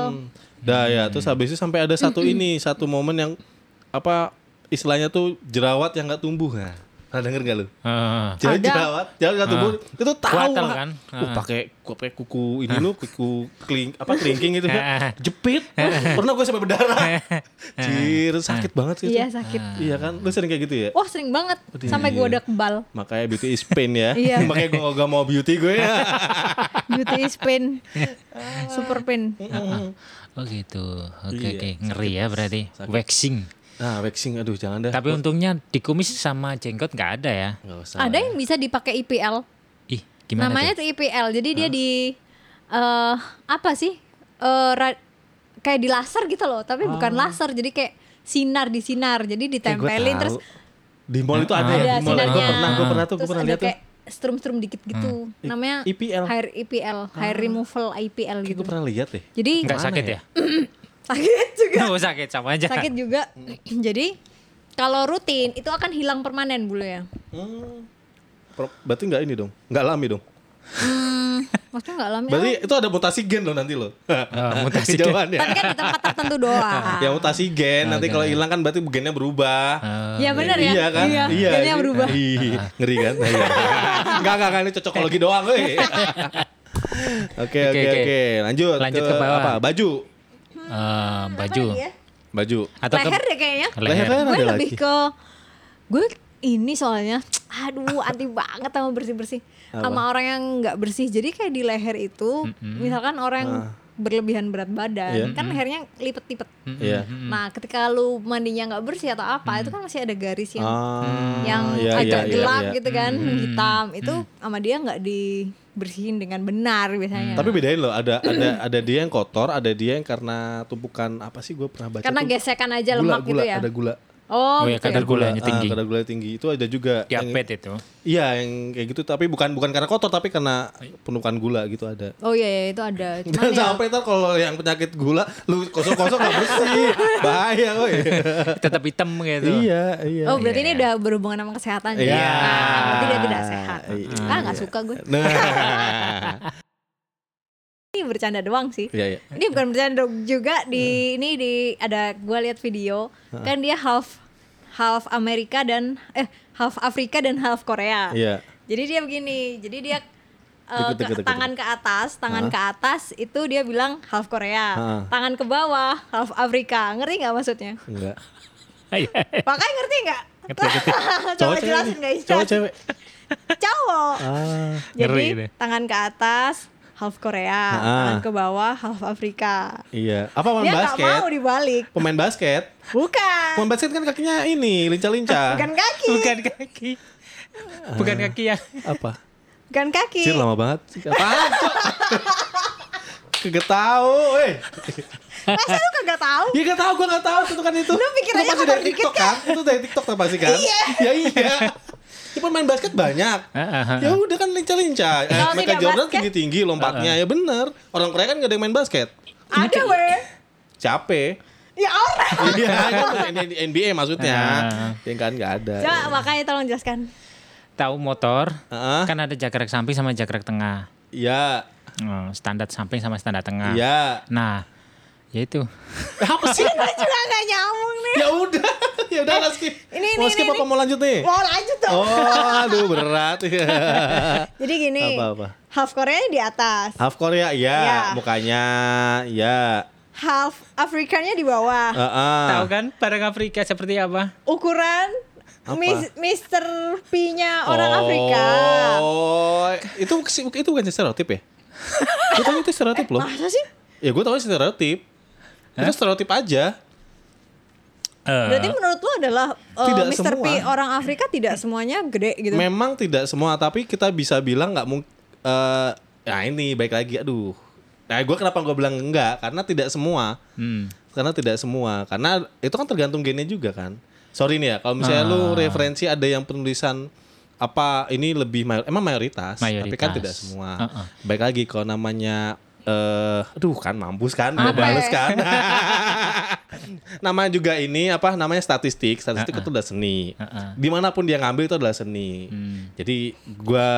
[SPEAKER 3] Dah ya, terus habis itu sampai ada satu
[SPEAKER 1] Hmm.
[SPEAKER 3] ini, satu momen yang apa istilahnya tuh jerawat yang nggak tumbuh nah. Pernah denger gak lu?
[SPEAKER 2] Ah.
[SPEAKER 3] Jadi
[SPEAKER 1] Ada.
[SPEAKER 3] jerawat, jerawat nggak tumbuh, itu tahu
[SPEAKER 2] Kuatal
[SPEAKER 3] Pak.
[SPEAKER 2] Ah. kan?
[SPEAKER 3] Uh, pakai gua pakai kuku ini lu, kuku kling apa kelingking gitu
[SPEAKER 2] Ah.
[SPEAKER 3] ya. Jepit. Pernah gue sampai berdarah. Jir,
[SPEAKER 2] Ah.
[SPEAKER 3] sakit banget sih itu.
[SPEAKER 1] Iya sakit.
[SPEAKER 3] Iya kan? Lu sering kayak gitu ya?
[SPEAKER 1] Wah sering banget
[SPEAKER 3] Waduh,
[SPEAKER 1] sampai gua
[SPEAKER 3] iya.
[SPEAKER 1] udah kebal.
[SPEAKER 3] Makanya beauty is pain ya.
[SPEAKER 1] Iya.
[SPEAKER 3] Makanya gue gak mau beauty gue ya.
[SPEAKER 1] Beauty is pain. Super pain.
[SPEAKER 3] Nah.
[SPEAKER 2] Oh gitu. Oke
[SPEAKER 3] Iya,
[SPEAKER 2] oke. Ngeri ya berarti. Waxing.
[SPEAKER 3] Nah, waxing aduh jangan dah.
[SPEAKER 2] Tapi untungnya di kumis sama jenggot nggak ada ya.
[SPEAKER 3] Nggak usah.
[SPEAKER 1] Ada yang bisa dipakai IPL.
[SPEAKER 2] Ih, gimana
[SPEAKER 1] Namanya
[SPEAKER 2] tuh?
[SPEAKER 1] tuh IPL. Jadi dia di eh apa sih? Eh, ra- kayak di laser gitu loh, tapi bukan laser. Jadi kayak sinar di sinar. Jadi
[SPEAKER 3] Oh. Kayak gua
[SPEAKER 1] ditempelin
[SPEAKER 3] tahu.
[SPEAKER 1] terus
[SPEAKER 3] di mall itu
[SPEAKER 2] Ah.
[SPEAKER 3] ada, ya
[SPEAKER 1] ada
[SPEAKER 3] di mall.
[SPEAKER 1] sinarnya.
[SPEAKER 3] Gue pernah, gue pernah tuh, gue
[SPEAKER 1] Terus
[SPEAKER 3] pernah
[SPEAKER 1] ada
[SPEAKER 3] lihat tuh. Hmm.
[SPEAKER 1] kayak strum-strum dikit gitu.
[SPEAKER 3] I- Ah.
[SPEAKER 1] Namanya
[SPEAKER 3] IPL.
[SPEAKER 1] Hair IPL, hair removal IPL gitu.
[SPEAKER 3] Gue pernah lihat deh.
[SPEAKER 1] Jadi
[SPEAKER 2] Nggak sakit ya?
[SPEAKER 1] sakit juga.
[SPEAKER 2] Oh sakit sama aja.
[SPEAKER 3] Ya.
[SPEAKER 1] sakit juga. Jadi kalau rutin itu akan hilang permanen bulu ya.
[SPEAKER 3] Pro- Berarti nggak ini dong, nggak lami dong.
[SPEAKER 1] Maksudnya nggak lama.
[SPEAKER 3] Berarti itu ada mutasi gen loh nanti loh.
[SPEAKER 2] Oh, mutasi gen.
[SPEAKER 3] Kejauhan ya.
[SPEAKER 1] Tapi kan di tempat tertentu doang.
[SPEAKER 3] Ya
[SPEAKER 2] Ah.
[SPEAKER 3] mutasi gen, nanti kalau
[SPEAKER 2] ya.
[SPEAKER 3] hilang kan berarti gennya berubah.
[SPEAKER 1] ya benar ya.
[SPEAKER 3] Iya kan?
[SPEAKER 1] Iya.
[SPEAKER 3] iya.
[SPEAKER 1] Jadi yang berubah.
[SPEAKER 3] Ih, Ngeri kan? Nah, iya. Enggak, enggak, enggak, ini cocokologi doang. weh. Oke,
[SPEAKER 2] Oke,
[SPEAKER 3] oke,
[SPEAKER 2] oke.
[SPEAKER 3] oke. Lanjut.
[SPEAKER 2] Lanjut ke bawah.
[SPEAKER 3] Apa? Baju.
[SPEAKER 2] Eh, baju
[SPEAKER 1] Apa lagi ya?
[SPEAKER 3] Baju.
[SPEAKER 2] atau ke
[SPEAKER 1] Leher ya, deh kayaknya.
[SPEAKER 2] leher.
[SPEAKER 3] Leher.
[SPEAKER 1] Kan Gue
[SPEAKER 3] ada
[SPEAKER 1] lebih
[SPEAKER 3] lagi.
[SPEAKER 1] ke gue ini soalnya aduh anti banget sama bersih-bersih sama orang yang nggak bersih. Jadi kayak di leher itu misalkan orang yang berlebihan berat badan
[SPEAKER 3] Ah. Iya.
[SPEAKER 1] kan lehernya lipet-lipet.
[SPEAKER 3] Iya.
[SPEAKER 2] Mhm.
[SPEAKER 1] Nah, ketika lu mandinya nggak bersih atau apa, itu kan masih ada garis yang
[SPEAKER 3] Ah,
[SPEAKER 1] yang
[SPEAKER 3] iya,
[SPEAKER 1] agak
[SPEAKER 3] iya, iya,
[SPEAKER 1] gelap
[SPEAKER 3] iya.
[SPEAKER 1] gitu kan hitam itu sama dia nggak dibersihin dengan benar biasanya
[SPEAKER 3] Mm. Tapi bedain loh, ada ada ada dia yang kotor, ada dia yang karena tumpukan apa sih gue pernah baca
[SPEAKER 1] karena
[SPEAKER 3] tuh,
[SPEAKER 1] gesekan aja
[SPEAKER 3] gula,
[SPEAKER 1] lemak
[SPEAKER 3] gula,
[SPEAKER 1] gitu ya
[SPEAKER 3] Ada gula.
[SPEAKER 1] oh,
[SPEAKER 2] Oh ya
[SPEAKER 1] gitu ya.
[SPEAKER 2] kadar gulanya
[SPEAKER 3] Ah,
[SPEAKER 2] tinggi. Ya,
[SPEAKER 3] kadar gula tinggi itu ada juga. Yang-
[SPEAKER 2] Diabetes itu.
[SPEAKER 3] Iya, yang kayak gitu tapi bukan bukan karena kotor tapi karena penumpukan gula gitu ada.
[SPEAKER 1] oh iya, iya, itu ada cuman
[SPEAKER 3] Dan
[SPEAKER 1] ya,
[SPEAKER 3] sampai ntar kalau yang penyakit gula lu kosong-kosong gak bersih. Bahaya woi.
[SPEAKER 2] Tetap hitam gitu.
[SPEAKER 3] iya, iya.
[SPEAKER 1] oh berarti ini udah berhubungan sama kesehatan ya
[SPEAKER 3] Iya.
[SPEAKER 1] Nah, berarti dia tidak sehat
[SPEAKER 3] Iya.
[SPEAKER 1] ah nggak suka gue
[SPEAKER 3] Nah.
[SPEAKER 1] ini bercanda doang sih
[SPEAKER 3] Iya, iya.
[SPEAKER 1] ini bukan bercanda juga di ini di ada gua lihat video kan dia half half Amerika dan eh half Afrika dan half Korea
[SPEAKER 3] Iya.
[SPEAKER 1] Jadi dia begini, jadi dia eh,
[SPEAKER 3] Ikut,
[SPEAKER 1] ke-
[SPEAKER 3] ikut, ikut,
[SPEAKER 1] tangan ke atas, tangan ke atas itu dia bilang half Korea,
[SPEAKER 3] Ah.
[SPEAKER 1] tangan ke bawah half Afrika, ngerti nggak maksudnya?
[SPEAKER 3] Enggak.
[SPEAKER 2] Ah, iya.
[SPEAKER 1] Pakai ngerti nggak? Coba
[SPEAKER 3] Cowok cewek
[SPEAKER 1] jelasin
[SPEAKER 3] nih?
[SPEAKER 1] nggak Isha?
[SPEAKER 3] Cowok cewek.
[SPEAKER 1] Cowok.
[SPEAKER 3] Ah.
[SPEAKER 2] ngeri
[SPEAKER 1] Jadi
[SPEAKER 2] ini.
[SPEAKER 1] tangan ke atas half Korea,
[SPEAKER 3] Ah.
[SPEAKER 1] tangan ke bawah half Afrika.
[SPEAKER 3] Iya. Apa pemain
[SPEAKER 1] Dia nggak
[SPEAKER 3] basket?
[SPEAKER 1] mau dibalik,
[SPEAKER 3] Pemain basket.
[SPEAKER 1] bukan?
[SPEAKER 3] Pemain basket kan kakinya ini
[SPEAKER 1] Ah,
[SPEAKER 3] lincah-lincah.
[SPEAKER 1] Bukan kaki,
[SPEAKER 2] Bukan kaki. Bukan kaki ya. yang
[SPEAKER 3] Apa?
[SPEAKER 1] bukan kaki.
[SPEAKER 3] Cir lama banget. Apaan? Cok? Kagak tahu, eh.
[SPEAKER 1] Masa lu kagak tahu?
[SPEAKER 3] Ya gak tahu, gua gak tahu tentukan itu. Lu
[SPEAKER 1] pikir aja
[SPEAKER 3] pasti
[SPEAKER 1] kabar
[SPEAKER 3] dari TikTok kan? Itu dari TikTok tuh pasti kan? Iya. Ya iya. Ya pemain basket banyak.
[SPEAKER 2] Heeh, heeh.
[SPEAKER 3] ya udah kan lincah-lincah. Eh,
[SPEAKER 1] Kalau
[SPEAKER 3] Michael
[SPEAKER 1] tidak
[SPEAKER 3] Jordan
[SPEAKER 1] basket?
[SPEAKER 3] tinggi-tinggi lompatnya. Ya bener. Orang Korea kan gak ada yang main basket.
[SPEAKER 1] Ada weh.
[SPEAKER 3] Capek.
[SPEAKER 1] Ya orang.
[SPEAKER 3] Iya, kan NBA maksudnya. Ya kan gak ada.
[SPEAKER 1] Coba makanya tolong jelaskan.
[SPEAKER 2] tahu motor
[SPEAKER 3] Heeh.
[SPEAKER 2] kan ada jarak samping sama jarak tengah. Eh,
[SPEAKER 3] Iya.
[SPEAKER 2] Hmm, standar samping sama standar tengah.
[SPEAKER 3] Iya.
[SPEAKER 2] Nah, ya itu
[SPEAKER 3] Eh, Apa sih?
[SPEAKER 1] Gue juga gak nyambung nih.
[SPEAKER 3] ya udah, ya udah lah skip.
[SPEAKER 1] Eh, Ini, ini,
[SPEAKER 3] mau
[SPEAKER 1] ini,
[SPEAKER 3] skip apa
[SPEAKER 1] ini.
[SPEAKER 3] mau lanjut nih?
[SPEAKER 1] Mau lanjut dong.
[SPEAKER 3] Oh, aduh berat. ya.
[SPEAKER 1] Jadi gini.
[SPEAKER 3] Apa, apa?
[SPEAKER 1] Half Koreanya di atas.
[SPEAKER 3] Half Korea,
[SPEAKER 1] Ya.
[SPEAKER 3] ya. Mukanya, ya.
[SPEAKER 1] Half Afrikanya di bawah.
[SPEAKER 3] Heeh.
[SPEAKER 2] tahu kan barang Afrika seperti apa
[SPEAKER 1] Ukuran
[SPEAKER 3] Apa?
[SPEAKER 1] Mis- Mr. P-nya orang Afrika.
[SPEAKER 3] Oh, itu itu bukan stereotip ya? gue tahu itu stereotip loh.
[SPEAKER 1] Masa sih?
[SPEAKER 3] Ya gue tahu stereotip. Itu stereotip aja.
[SPEAKER 2] Eh,
[SPEAKER 1] Berarti menurut lo adalah uh,
[SPEAKER 3] Tidak
[SPEAKER 1] Mr. P
[SPEAKER 3] semua.
[SPEAKER 1] orang Afrika tidak semuanya gede gitu.
[SPEAKER 3] Memang tidak semua, tapi kita bisa bilang nggak mungkin. nah ini baik lagi, aduh. Nah gue kenapa gue bilang enggak? Karena tidak semua.
[SPEAKER 2] Hmm.
[SPEAKER 3] Karena tidak semua. Karena itu kan tergantung gennya juga kan. Sorry nih ya, kalau misalnya lu referensi ada yang penulisan apa ini lebih mayor, emang mayoritas, tapi
[SPEAKER 2] Mayoritas.
[SPEAKER 3] kan tidak semua.
[SPEAKER 2] Uh-uh.
[SPEAKER 3] Baik lagi kalau namanya eh aduh kan mampus kan, gue
[SPEAKER 1] Apa?
[SPEAKER 3] bales kan. namanya juga ini apa namanya statistik statistik itu udah seni
[SPEAKER 2] Uh-uh.
[SPEAKER 3] dimanapun dia ngambil itu adalah seni jadi gua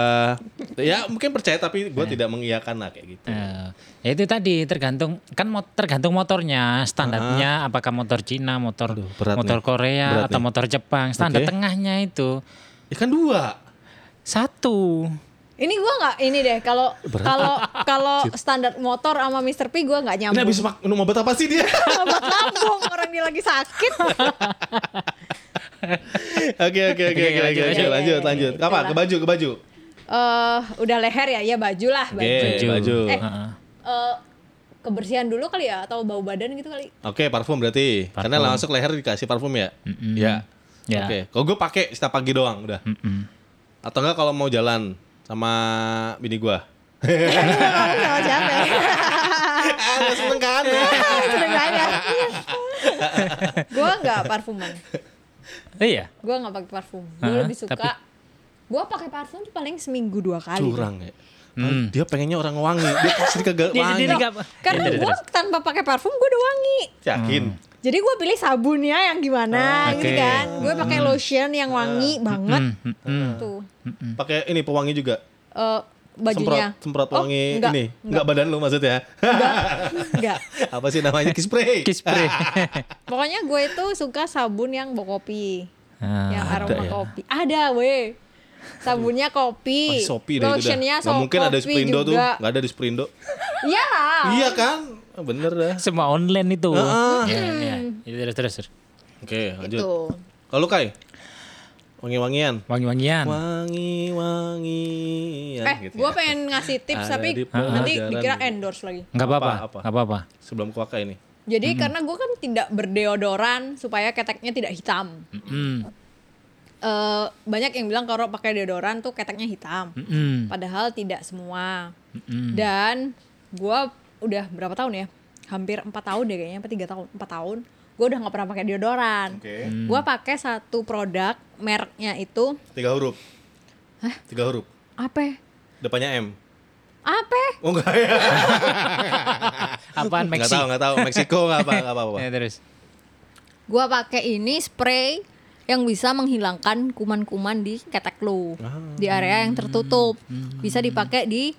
[SPEAKER 3] ya mungkin percaya tapi gua tidak mengiyakan lah kayak gitu
[SPEAKER 2] Eh, ya itu tadi tergantung kan mot- tergantung motornya standarnya apakah motor Cina motor
[SPEAKER 3] Aduh, berat
[SPEAKER 2] motor
[SPEAKER 3] nih.
[SPEAKER 2] Korea
[SPEAKER 3] Berat
[SPEAKER 2] atau
[SPEAKER 3] nih.
[SPEAKER 2] motor Jepang standar
[SPEAKER 3] Oke.
[SPEAKER 2] tengahnya itu
[SPEAKER 3] ya kan dua
[SPEAKER 2] satu
[SPEAKER 1] Ini gua nggak ini deh kalau kalau kalau standar motor sama Mr. P gua nggak
[SPEAKER 3] ini
[SPEAKER 1] nyambung.
[SPEAKER 3] habis mak- minum obat apa sih dia
[SPEAKER 1] Obat lambung orang dia lagi sakit.
[SPEAKER 3] oke oke oke
[SPEAKER 2] Oke, lanjut,
[SPEAKER 3] oke oke
[SPEAKER 2] lanjut.
[SPEAKER 3] lanjut lanjut apa ke baju ke baju
[SPEAKER 1] Eh udah leher ya, ya baju lah
[SPEAKER 3] oke
[SPEAKER 1] baju.
[SPEAKER 2] Baju.
[SPEAKER 3] baju
[SPEAKER 1] Eh.
[SPEAKER 2] Heeh.
[SPEAKER 1] Eh, kebersihan dulu kali ya atau bau badan gitu kali.
[SPEAKER 3] oke parfum berarti karena langsung leher dikasih parfum ya
[SPEAKER 2] Mm-mm.
[SPEAKER 3] ya
[SPEAKER 2] Ya.
[SPEAKER 3] oke kalau gue pakai setiap pagi doang udah
[SPEAKER 2] Mm-mm.
[SPEAKER 3] atau enggak kalau mau jalan sama bini gua
[SPEAKER 1] Kamu sama siapa ya?
[SPEAKER 3] ah gak seneng kan
[SPEAKER 1] Sering banget. Gua nggak parfuman.
[SPEAKER 2] iya
[SPEAKER 1] Gua nggak pakai parfum. Gua
[SPEAKER 2] Hah,
[SPEAKER 1] lebih suka
[SPEAKER 2] tapi-
[SPEAKER 1] gua pakai parfum tuh paling seminggu dua kali.
[SPEAKER 3] curang ya
[SPEAKER 2] Hmm.
[SPEAKER 3] Ah, dia pengennya orang wangi dia pasti kagak
[SPEAKER 2] Dia-
[SPEAKER 3] wangi
[SPEAKER 2] dia nggak-
[SPEAKER 1] Karena kan
[SPEAKER 2] Iya,
[SPEAKER 1] gua tanpa pakai parfum gua udah wangi.
[SPEAKER 3] yakin
[SPEAKER 2] Hmm.
[SPEAKER 1] Jadi gua pilih sabunnya yang gimana
[SPEAKER 2] Ah,
[SPEAKER 1] gitu
[SPEAKER 2] oke. Hmm. Ah.
[SPEAKER 1] kan. Gue pakai lotion yang wangi banget. Tuh.
[SPEAKER 3] pakai ini pewangi juga
[SPEAKER 1] Eh, bajunya.
[SPEAKER 3] semprot semprot
[SPEAKER 1] Oh,
[SPEAKER 3] wangi
[SPEAKER 1] enggak,
[SPEAKER 3] ini enggak. badan lu maksudnya
[SPEAKER 1] Enggak.
[SPEAKER 3] apa sih namanya spray
[SPEAKER 2] kispray
[SPEAKER 1] Pokoknya gue itu suka sabun yang bau kopi. yang
[SPEAKER 2] Ah,
[SPEAKER 1] aroma
[SPEAKER 3] ya?
[SPEAKER 1] kopi. Ada, weh. Sabunnya kopi.
[SPEAKER 3] Pasti Oh, Shopee deh itu dah.
[SPEAKER 1] Lotionnya
[SPEAKER 3] Nggak
[SPEAKER 1] so-
[SPEAKER 3] mungkin ada
[SPEAKER 1] kopi
[SPEAKER 3] Sprindo tuh.
[SPEAKER 1] juga.
[SPEAKER 3] Enggak ada di Sprindo.
[SPEAKER 1] Iya lah.
[SPEAKER 3] Iya kan? Bener dah.
[SPEAKER 2] semua online itu
[SPEAKER 3] Heeh.
[SPEAKER 2] Ya, ya. Itu terus terus terus.
[SPEAKER 3] Oke, lanjut.
[SPEAKER 1] Gitu.
[SPEAKER 3] Kalau Kai? Wangi-wangian.
[SPEAKER 2] wangi-wangian
[SPEAKER 3] Wangi-wangian
[SPEAKER 1] Eh,
[SPEAKER 3] gitu
[SPEAKER 1] gue
[SPEAKER 3] ya.
[SPEAKER 1] pengen ngasih tips
[SPEAKER 3] Ada
[SPEAKER 1] tapi
[SPEAKER 3] di
[SPEAKER 2] Ah,
[SPEAKER 1] nanti
[SPEAKER 3] pelajaran.
[SPEAKER 1] dikira endorse lagi.
[SPEAKER 2] nggak apa-apa
[SPEAKER 3] Apa, apa?
[SPEAKER 2] nggak apa-apa
[SPEAKER 3] Sebelum ke Waka ini.
[SPEAKER 1] Jadi karena gue kan tidak berdeodoran supaya keteknya tidak hitam.
[SPEAKER 2] Mm-mm.
[SPEAKER 1] Eh, banyak yang bilang kalau pakai deodoran tuh keteknya hitam.
[SPEAKER 2] Mm-mm.
[SPEAKER 1] Padahal tidak semua.
[SPEAKER 2] Mm-mm.
[SPEAKER 1] Dan gua udah berapa tahun ya? Hampir empat tahun deh kayaknya, apa tiga tahun, empat tahun. Gue udah nggak pernah pakai deodoran.
[SPEAKER 3] Oke.
[SPEAKER 1] Gua pakai satu produk mereknya itu
[SPEAKER 3] Tiga huruf. Hah? Tiga huruf.
[SPEAKER 1] apa? ya?
[SPEAKER 3] Depannya M.
[SPEAKER 1] Apa?
[SPEAKER 3] Oh enggak ya.
[SPEAKER 2] apaan
[SPEAKER 3] Enggak
[SPEAKER 2] Maxi
[SPEAKER 3] tahu, enggak tahu. Meksiko enggak apa enggak apa-apa.
[SPEAKER 1] Eh.
[SPEAKER 2] Ya, terus
[SPEAKER 1] Gua pakai ini spray yang bisa menghilangkan kuman-kuman di ketek lu, di area yang tertutup. Bisa dipakai di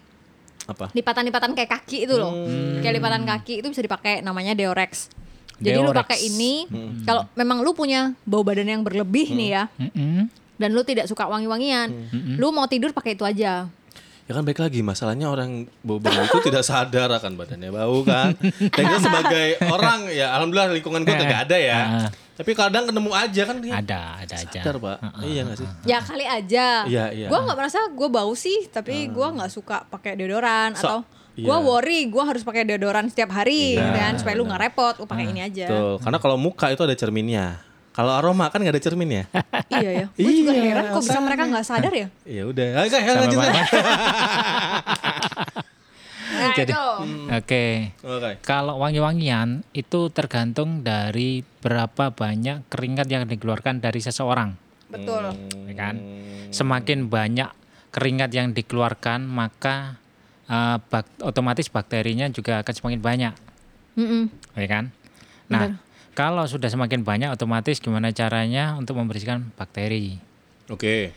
[SPEAKER 3] Apa?
[SPEAKER 1] lipatan-lipatan kayak kaki itu loh.
[SPEAKER 3] Hmm.
[SPEAKER 1] Kayak lipatan kaki itu bisa dipakai namanya Deorex. Jadi lu
[SPEAKER 2] Deorex.
[SPEAKER 1] pakai ini
[SPEAKER 3] Hmm.
[SPEAKER 1] kalau memang lu punya bau badan yang berlebih nih ya
[SPEAKER 2] Mm-mm.
[SPEAKER 1] dan lu tidak suka wangi-wangian,
[SPEAKER 3] Hmm.
[SPEAKER 1] lu mau tidur pakai itu aja.
[SPEAKER 3] Ya kan baik lagi masalahnya orang bau bau itu tidak sadar akan badannya bau kan. Dan kita sebagai orang ya alhamdulillah lingkungan
[SPEAKER 1] Eh.
[SPEAKER 3] gue gak ada ya.
[SPEAKER 1] Ah.
[SPEAKER 2] Heeh.
[SPEAKER 3] Tapi kadang ketemu aja kan dia
[SPEAKER 2] ada ada aja
[SPEAKER 3] sadar pak. Iya gak sih?
[SPEAKER 1] Ya kali aja.
[SPEAKER 3] Iya, iya. Ah.
[SPEAKER 1] Gua nggak merasa gue bau sih, tapi gua nggak suka pakai deodoran
[SPEAKER 3] So-
[SPEAKER 1] atau gua
[SPEAKER 3] iya.
[SPEAKER 1] worry gua harus pakai deodoran setiap hari
[SPEAKER 3] Iya, Ah,
[SPEAKER 1] dan supaya lu nggak repot, lu pakai ini aja.
[SPEAKER 3] Tuh, karena kalau muka itu ada cerminnya. Kalau aroma kan gak ada cerminnya.
[SPEAKER 1] Iya ya. Gue juga
[SPEAKER 3] Iya,
[SPEAKER 1] heran kok bisa
[SPEAKER 3] sama.
[SPEAKER 1] mereka nggak sadar ya.
[SPEAKER 3] ya udah. Oke,
[SPEAKER 2] Sama
[SPEAKER 3] lanjut.
[SPEAKER 2] banget.
[SPEAKER 1] Nah,
[SPEAKER 2] Jadi-
[SPEAKER 1] itu.
[SPEAKER 2] oke
[SPEAKER 3] Oke.
[SPEAKER 2] Kalau wangi-wangian itu tergantung dari berapa banyak keringat yang dikeluarkan dari seseorang,
[SPEAKER 1] Betul.
[SPEAKER 3] hmm.
[SPEAKER 2] ya kan? Semakin banyak keringat yang dikeluarkan, maka eh, bak- otomatis bakterinya juga akan semakin banyak,
[SPEAKER 1] Mm-mm.
[SPEAKER 2] ya kan? Nah, kalau sudah semakin banyak, otomatis gimana caranya untuk membersihkan bakteri?
[SPEAKER 3] Oke.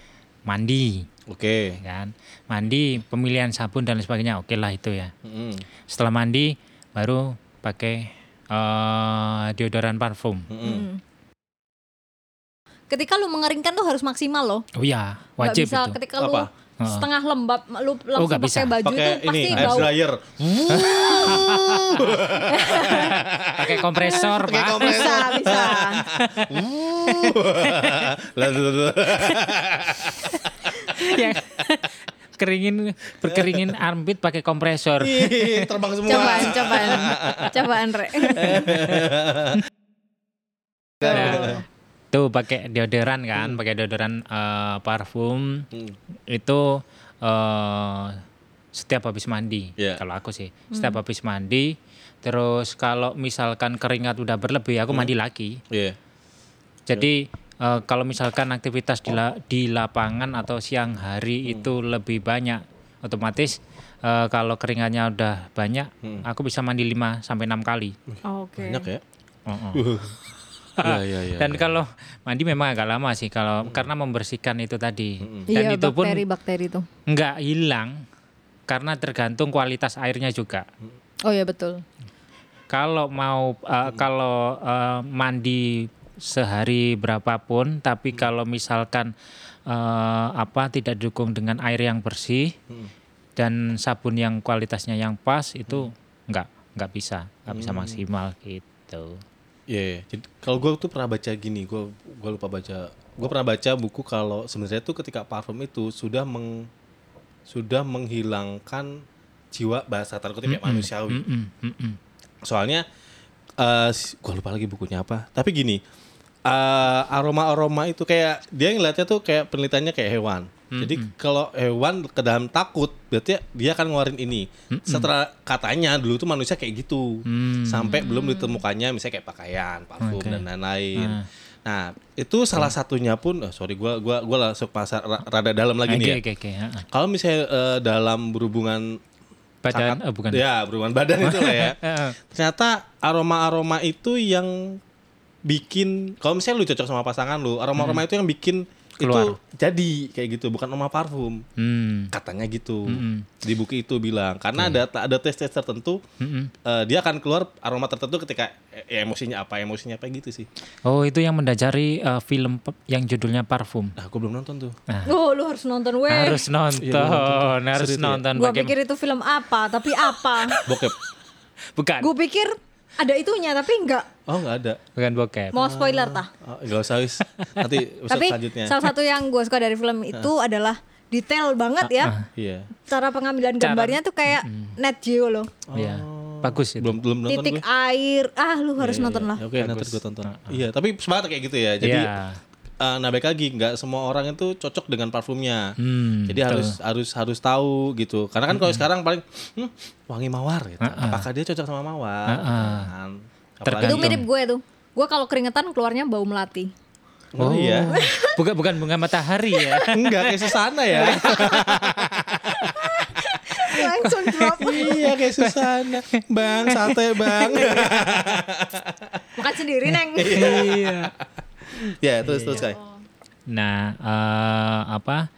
[SPEAKER 2] Mandi,
[SPEAKER 3] Oke.
[SPEAKER 2] ya kan? Mandi, pemilihan sabun dan lain sebagainya, oke lah itu ya.
[SPEAKER 3] Mm-mm.
[SPEAKER 2] Setelah mandi, baru pakai eh, deodoran parfum.
[SPEAKER 1] Hmm. Ketika lu mengeringkan tuh harus maksimal loh.
[SPEAKER 2] Oh iya,
[SPEAKER 1] Nggak
[SPEAKER 2] wajib
[SPEAKER 1] bisa
[SPEAKER 2] itu.
[SPEAKER 1] ketika lu
[SPEAKER 3] Apa?
[SPEAKER 2] Heeh. Oh,
[SPEAKER 1] setengah lembab lu langsung
[SPEAKER 2] nggak
[SPEAKER 1] pakai
[SPEAKER 2] bisa.
[SPEAKER 1] baju
[SPEAKER 3] Pakai
[SPEAKER 1] tuh pasti
[SPEAKER 3] ini air
[SPEAKER 1] bau.
[SPEAKER 3] dryer.
[SPEAKER 2] Pakai kompresor,
[SPEAKER 3] Pakai
[SPEAKER 2] Pak.
[SPEAKER 3] kompresor.
[SPEAKER 1] Ah, Bisa, bisa.
[SPEAKER 3] Lalu
[SPEAKER 2] Yang keringin berkeringin armpit pakai kompresor.
[SPEAKER 3] Ih, terbang semua.
[SPEAKER 1] Cobaan, cobaan. Cobaan, Re.
[SPEAKER 2] Nah, tuh pakai deodoran kan, pakai deodoran eh, parfum
[SPEAKER 3] Hmm.
[SPEAKER 2] itu eh setiap habis mandi.
[SPEAKER 3] Iya.
[SPEAKER 2] Kalau aku sih,
[SPEAKER 1] Hmm.
[SPEAKER 2] setiap habis mandi. Terus kalau misalkan keringat udah berlebih, aku mandi lagi.
[SPEAKER 3] Iya.
[SPEAKER 2] Jadi eh, kalau misalkan aktivitas di, la- di lapangan atau siang
[SPEAKER 3] Hmm.
[SPEAKER 2] hari itu lebih banyak, otomatis eh, kalau keringatnya udah banyak,
[SPEAKER 3] Hmm.
[SPEAKER 2] aku bisa mandi 5 sampai 6 kali.
[SPEAKER 1] Oke.
[SPEAKER 3] Banyak ya.
[SPEAKER 2] Heeh.
[SPEAKER 3] Iya, iya, iya. Hmm.
[SPEAKER 2] Dan kalau mandi memang agak lama sih kalau karena membersihkan itu tadi. Dan
[SPEAKER 1] Iya,
[SPEAKER 2] itu pun
[SPEAKER 1] bakteri-bakteri tuh.
[SPEAKER 2] nggak hilang karena tergantung kualitas airnya juga.
[SPEAKER 1] Oh iya betul.
[SPEAKER 2] Kalau mau
[SPEAKER 3] Hmm.
[SPEAKER 2] uh, kalau uh, mandi sehari berapapun, tapi
[SPEAKER 3] Hmm.
[SPEAKER 2] kalau misalkan uh, apa tidak didukung dengan air yang bersih
[SPEAKER 3] Hmm.
[SPEAKER 2] dan sabun yang kualitasnya yang pas itu
[SPEAKER 3] Hmm.
[SPEAKER 2] nggak nggak bisa nggak bisa maksimal gitu.
[SPEAKER 3] Iya, iya. Jadi kalau gue tuh pernah baca gini, gue gua lupa baca. Gue pernah baca buku kalau sebenarnya tuh ketika parfum itu sudah meng sudah menghilangkan jiwa bahasa tanda kutip ya, manusiawi.
[SPEAKER 2] Mm, mm, mm.
[SPEAKER 3] Soalnya eh gue lupa lagi bukunya apa. Tapi gini, eh, aroma-aroma itu kayak dia ngeliatnya tuh kayak penelitiannya kayak hewan.
[SPEAKER 2] Hmm,
[SPEAKER 3] Jadi kalau hewan ke dalam takut, berarti dia akan ngeluarin ini.
[SPEAKER 2] Hmm,
[SPEAKER 3] Setelah katanya dulu tuh manusia kayak gitu. Sampai belum ditemukannya misalnya kayak pakaian, parfum dan lain-lain.
[SPEAKER 2] Ah.
[SPEAKER 3] Nah, itu salah satunya pun eh, sorry gua gua gua langsung pasar ra- rada dalam lagi nih
[SPEAKER 2] Oke oke
[SPEAKER 3] ya.
[SPEAKER 2] oke. ha, ha.
[SPEAKER 3] Kalau misalnya eh, dalam berhubungan
[SPEAKER 2] Badan
[SPEAKER 3] sangat-
[SPEAKER 2] oh, bukan. Eh,
[SPEAKER 3] Ya, berhubungan badan itu lah ya. Ternyata aroma-aroma itu yang bikin kalau misalnya lu cocok sama pasangan lu, aroma-aroma itu yang bikin
[SPEAKER 2] Keluar.
[SPEAKER 3] itu jadi kayak gitu, bukan aroma parfum.
[SPEAKER 2] Hmm.
[SPEAKER 3] Katanya gitu.
[SPEAKER 2] Mm-mm.
[SPEAKER 3] Di buku itu bilang karena ada ada tes-tes tertentu
[SPEAKER 2] Mm-mm.
[SPEAKER 3] eh, dia akan keluar aroma tertentu ketika eh, ya, emosinya apa, emosinya apa gitu sih.
[SPEAKER 2] Oh itu yang mendajari uh, film pe- yang judulnya Parfum.
[SPEAKER 3] Nah, aku belum nonton tuh.
[SPEAKER 2] Ah.
[SPEAKER 1] Oh, lu harus nonton weh.
[SPEAKER 3] Iya,
[SPEAKER 2] Harus nonton, harus nonton.
[SPEAKER 1] Gua
[SPEAKER 2] Bagaim-
[SPEAKER 1] pikir itu film apa, tapi apa?
[SPEAKER 3] Bokep.
[SPEAKER 2] bukan,
[SPEAKER 1] Gua pikir ada itunya tapi enggak.
[SPEAKER 3] Oh, nggak ada.
[SPEAKER 2] bukan bokep.
[SPEAKER 1] Mau spoiler tah?
[SPEAKER 3] Oh, nggak usah wis. Nanti episode
[SPEAKER 1] Tapi
[SPEAKER 3] selanjutnya.
[SPEAKER 1] salah satu yang gue suka dari film itu adalah detail banget ya.
[SPEAKER 3] Iya.
[SPEAKER 1] Cara pengambilan gambarnya tuh kayak net geo loh.
[SPEAKER 2] Iya, bagus itu.
[SPEAKER 3] Belum belum nonton
[SPEAKER 1] Titik
[SPEAKER 3] gue.
[SPEAKER 1] air. Ah, lu harus nonton lah.
[SPEAKER 3] Ya, Oke, nanti gue tonton. Iya, tapi semangat kayak gitu ya. Jadi
[SPEAKER 2] Ah, Iya.
[SPEAKER 3] eh, nah balik lagi nggak semua orang itu cocok dengan parfumnya.
[SPEAKER 2] Hmm,
[SPEAKER 3] Jadi harus harus harus tahu gitu. Karena kan kalau sekarang paling "Hmm, wangi mawar gitu. Apakah dia cocok sama mawar? Kan. Apalagi-
[SPEAKER 1] Itu
[SPEAKER 2] Gantung.
[SPEAKER 1] mirip gue tuh. Gue kalau keringetan keluarnya bau melati.
[SPEAKER 3] Oh, iya.
[SPEAKER 2] bukan bukan bunga matahari ya.
[SPEAKER 3] Enggak kayak Susana ya.
[SPEAKER 1] Langsung drop.
[SPEAKER 3] iya kayak Susana. Bang, sate bang.
[SPEAKER 1] Makan sendiri, Neng.
[SPEAKER 2] iya.
[SPEAKER 3] ya, terus terus kayak.
[SPEAKER 2] Nah, eh, apa?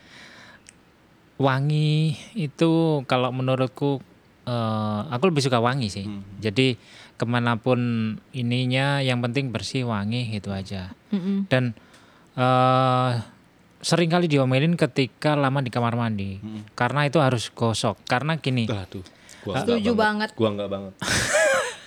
[SPEAKER 2] Wangi itu kalau menurutku eh, aku lebih suka wangi sih.
[SPEAKER 3] Hmm.
[SPEAKER 2] Jadi kemanapun ininya yang penting bersih wangi gitu aja. Dan eh sering kali diomelin ketika lama di kamar mandi
[SPEAKER 3] Hmm.
[SPEAKER 2] karena itu harus gosok. Karena gini.
[SPEAKER 3] Aduh. Gua nggak
[SPEAKER 1] Setuju banget.
[SPEAKER 3] Gua enggak banget.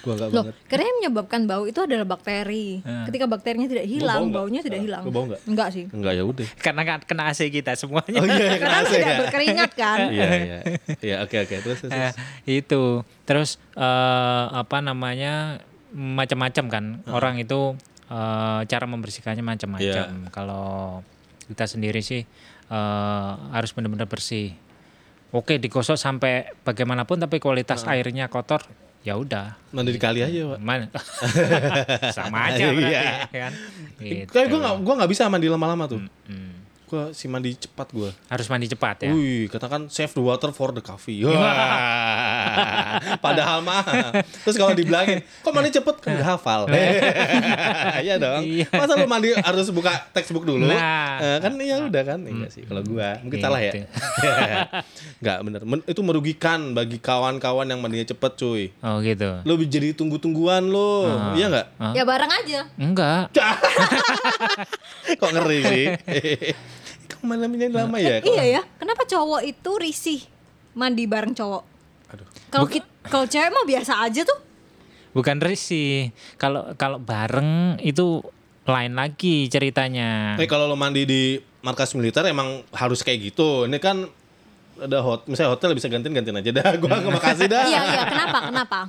[SPEAKER 3] Gua enggak
[SPEAKER 1] Loh,
[SPEAKER 3] banget.
[SPEAKER 1] karena yang menyebabkan bau itu adalah bakteri. Ketika bakterinya tidak hilang,
[SPEAKER 3] bau nggak?
[SPEAKER 1] baunya tidak hilang.
[SPEAKER 3] Lu bau nggak?
[SPEAKER 1] Enggak sih.
[SPEAKER 3] Enggak ya udah.
[SPEAKER 2] Karena kan kena AC kita semuanya.
[SPEAKER 3] Oh iya,
[SPEAKER 1] Karena
[SPEAKER 3] kena AC
[SPEAKER 1] tidak
[SPEAKER 3] ya.
[SPEAKER 1] berkeringat kan.
[SPEAKER 3] Iya, iya. Iya, oke oke. Terus terus. terus.
[SPEAKER 2] Eh, itu terus eh, apa namanya macam-macam kan orang itu eh, cara membersihkannya macam-macam kalau kita sendiri sih eh, harus benar-benar bersih oke digosok sampai bagaimanapun tapi kualitas airnya kotor ya udah
[SPEAKER 3] Mandi di kali aja, Pak.
[SPEAKER 2] Man- sama aja berarti
[SPEAKER 3] Iya.
[SPEAKER 2] kan Gitu.
[SPEAKER 3] Kayak gue gak, gua gak bisa mandi lama-lama tuh.
[SPEAKER 2] Hmm.
[SPEAKER 3] Gue si mandi cepat gue.
[SPEAKER 2] harus mandi cepat ya
[SPEAKER 3] Wih, katakan save the water for the coffee. Wah. Padahal mah. Terus kalau dibilangin, kok mandi cepet? Kan udah hafal. Iya dong.
[SPEAKER 2] Nah. Iya.
[SPEAKER 3] Masa lu mandi harus buka textbook dulu?
[SPEAKER 2] Nah.
[SPEAKER 3] Eh, kan ya udah kan. Enggak sih kalau gua. Mungkin salah ya.
[SPEAKER 2] Gitu.
[SPEAKER 3] Enggak bener. Men- itu merugikan bagi kawan-kawan yang mandinya cepet cuy.
[SPEAKER 2] Oh gitu.
[SPEAKER 3] Lu jadi tunggu-tungguan lu.
[SPEAKER 2] Ah.
[SPEAKER 3] Iya enggak?
[SPEAKER 1] Ya bareng aja.
[SPEAKER 2] Enggak.
[SPEAKER 3] Kok ngeri sih? Kamu mandinya lama ya? Kok-
[SPEAKER 1] Iya ya. Kenapa cowok itu risih mandi bareng cowok?
[SPEAKER 3] Aduh.
[SPEAKER 1] Kalau kit- kalau cewek mah biasa aja tuh.
[SPEAKER 2] Bukan risih. Kalau kalau bareng itu lain lagi ceritanya.
[SPEAKER 3] Nih Eh, kalau lo mandi di markas militer emang harus kayak gitu. Ini kan ada hot, misalnya hotel bisa gantiin gantiin aja dah. Gua ke makasih dah.
[SPEAKER 1] Iya iya. Kenapa kenapa?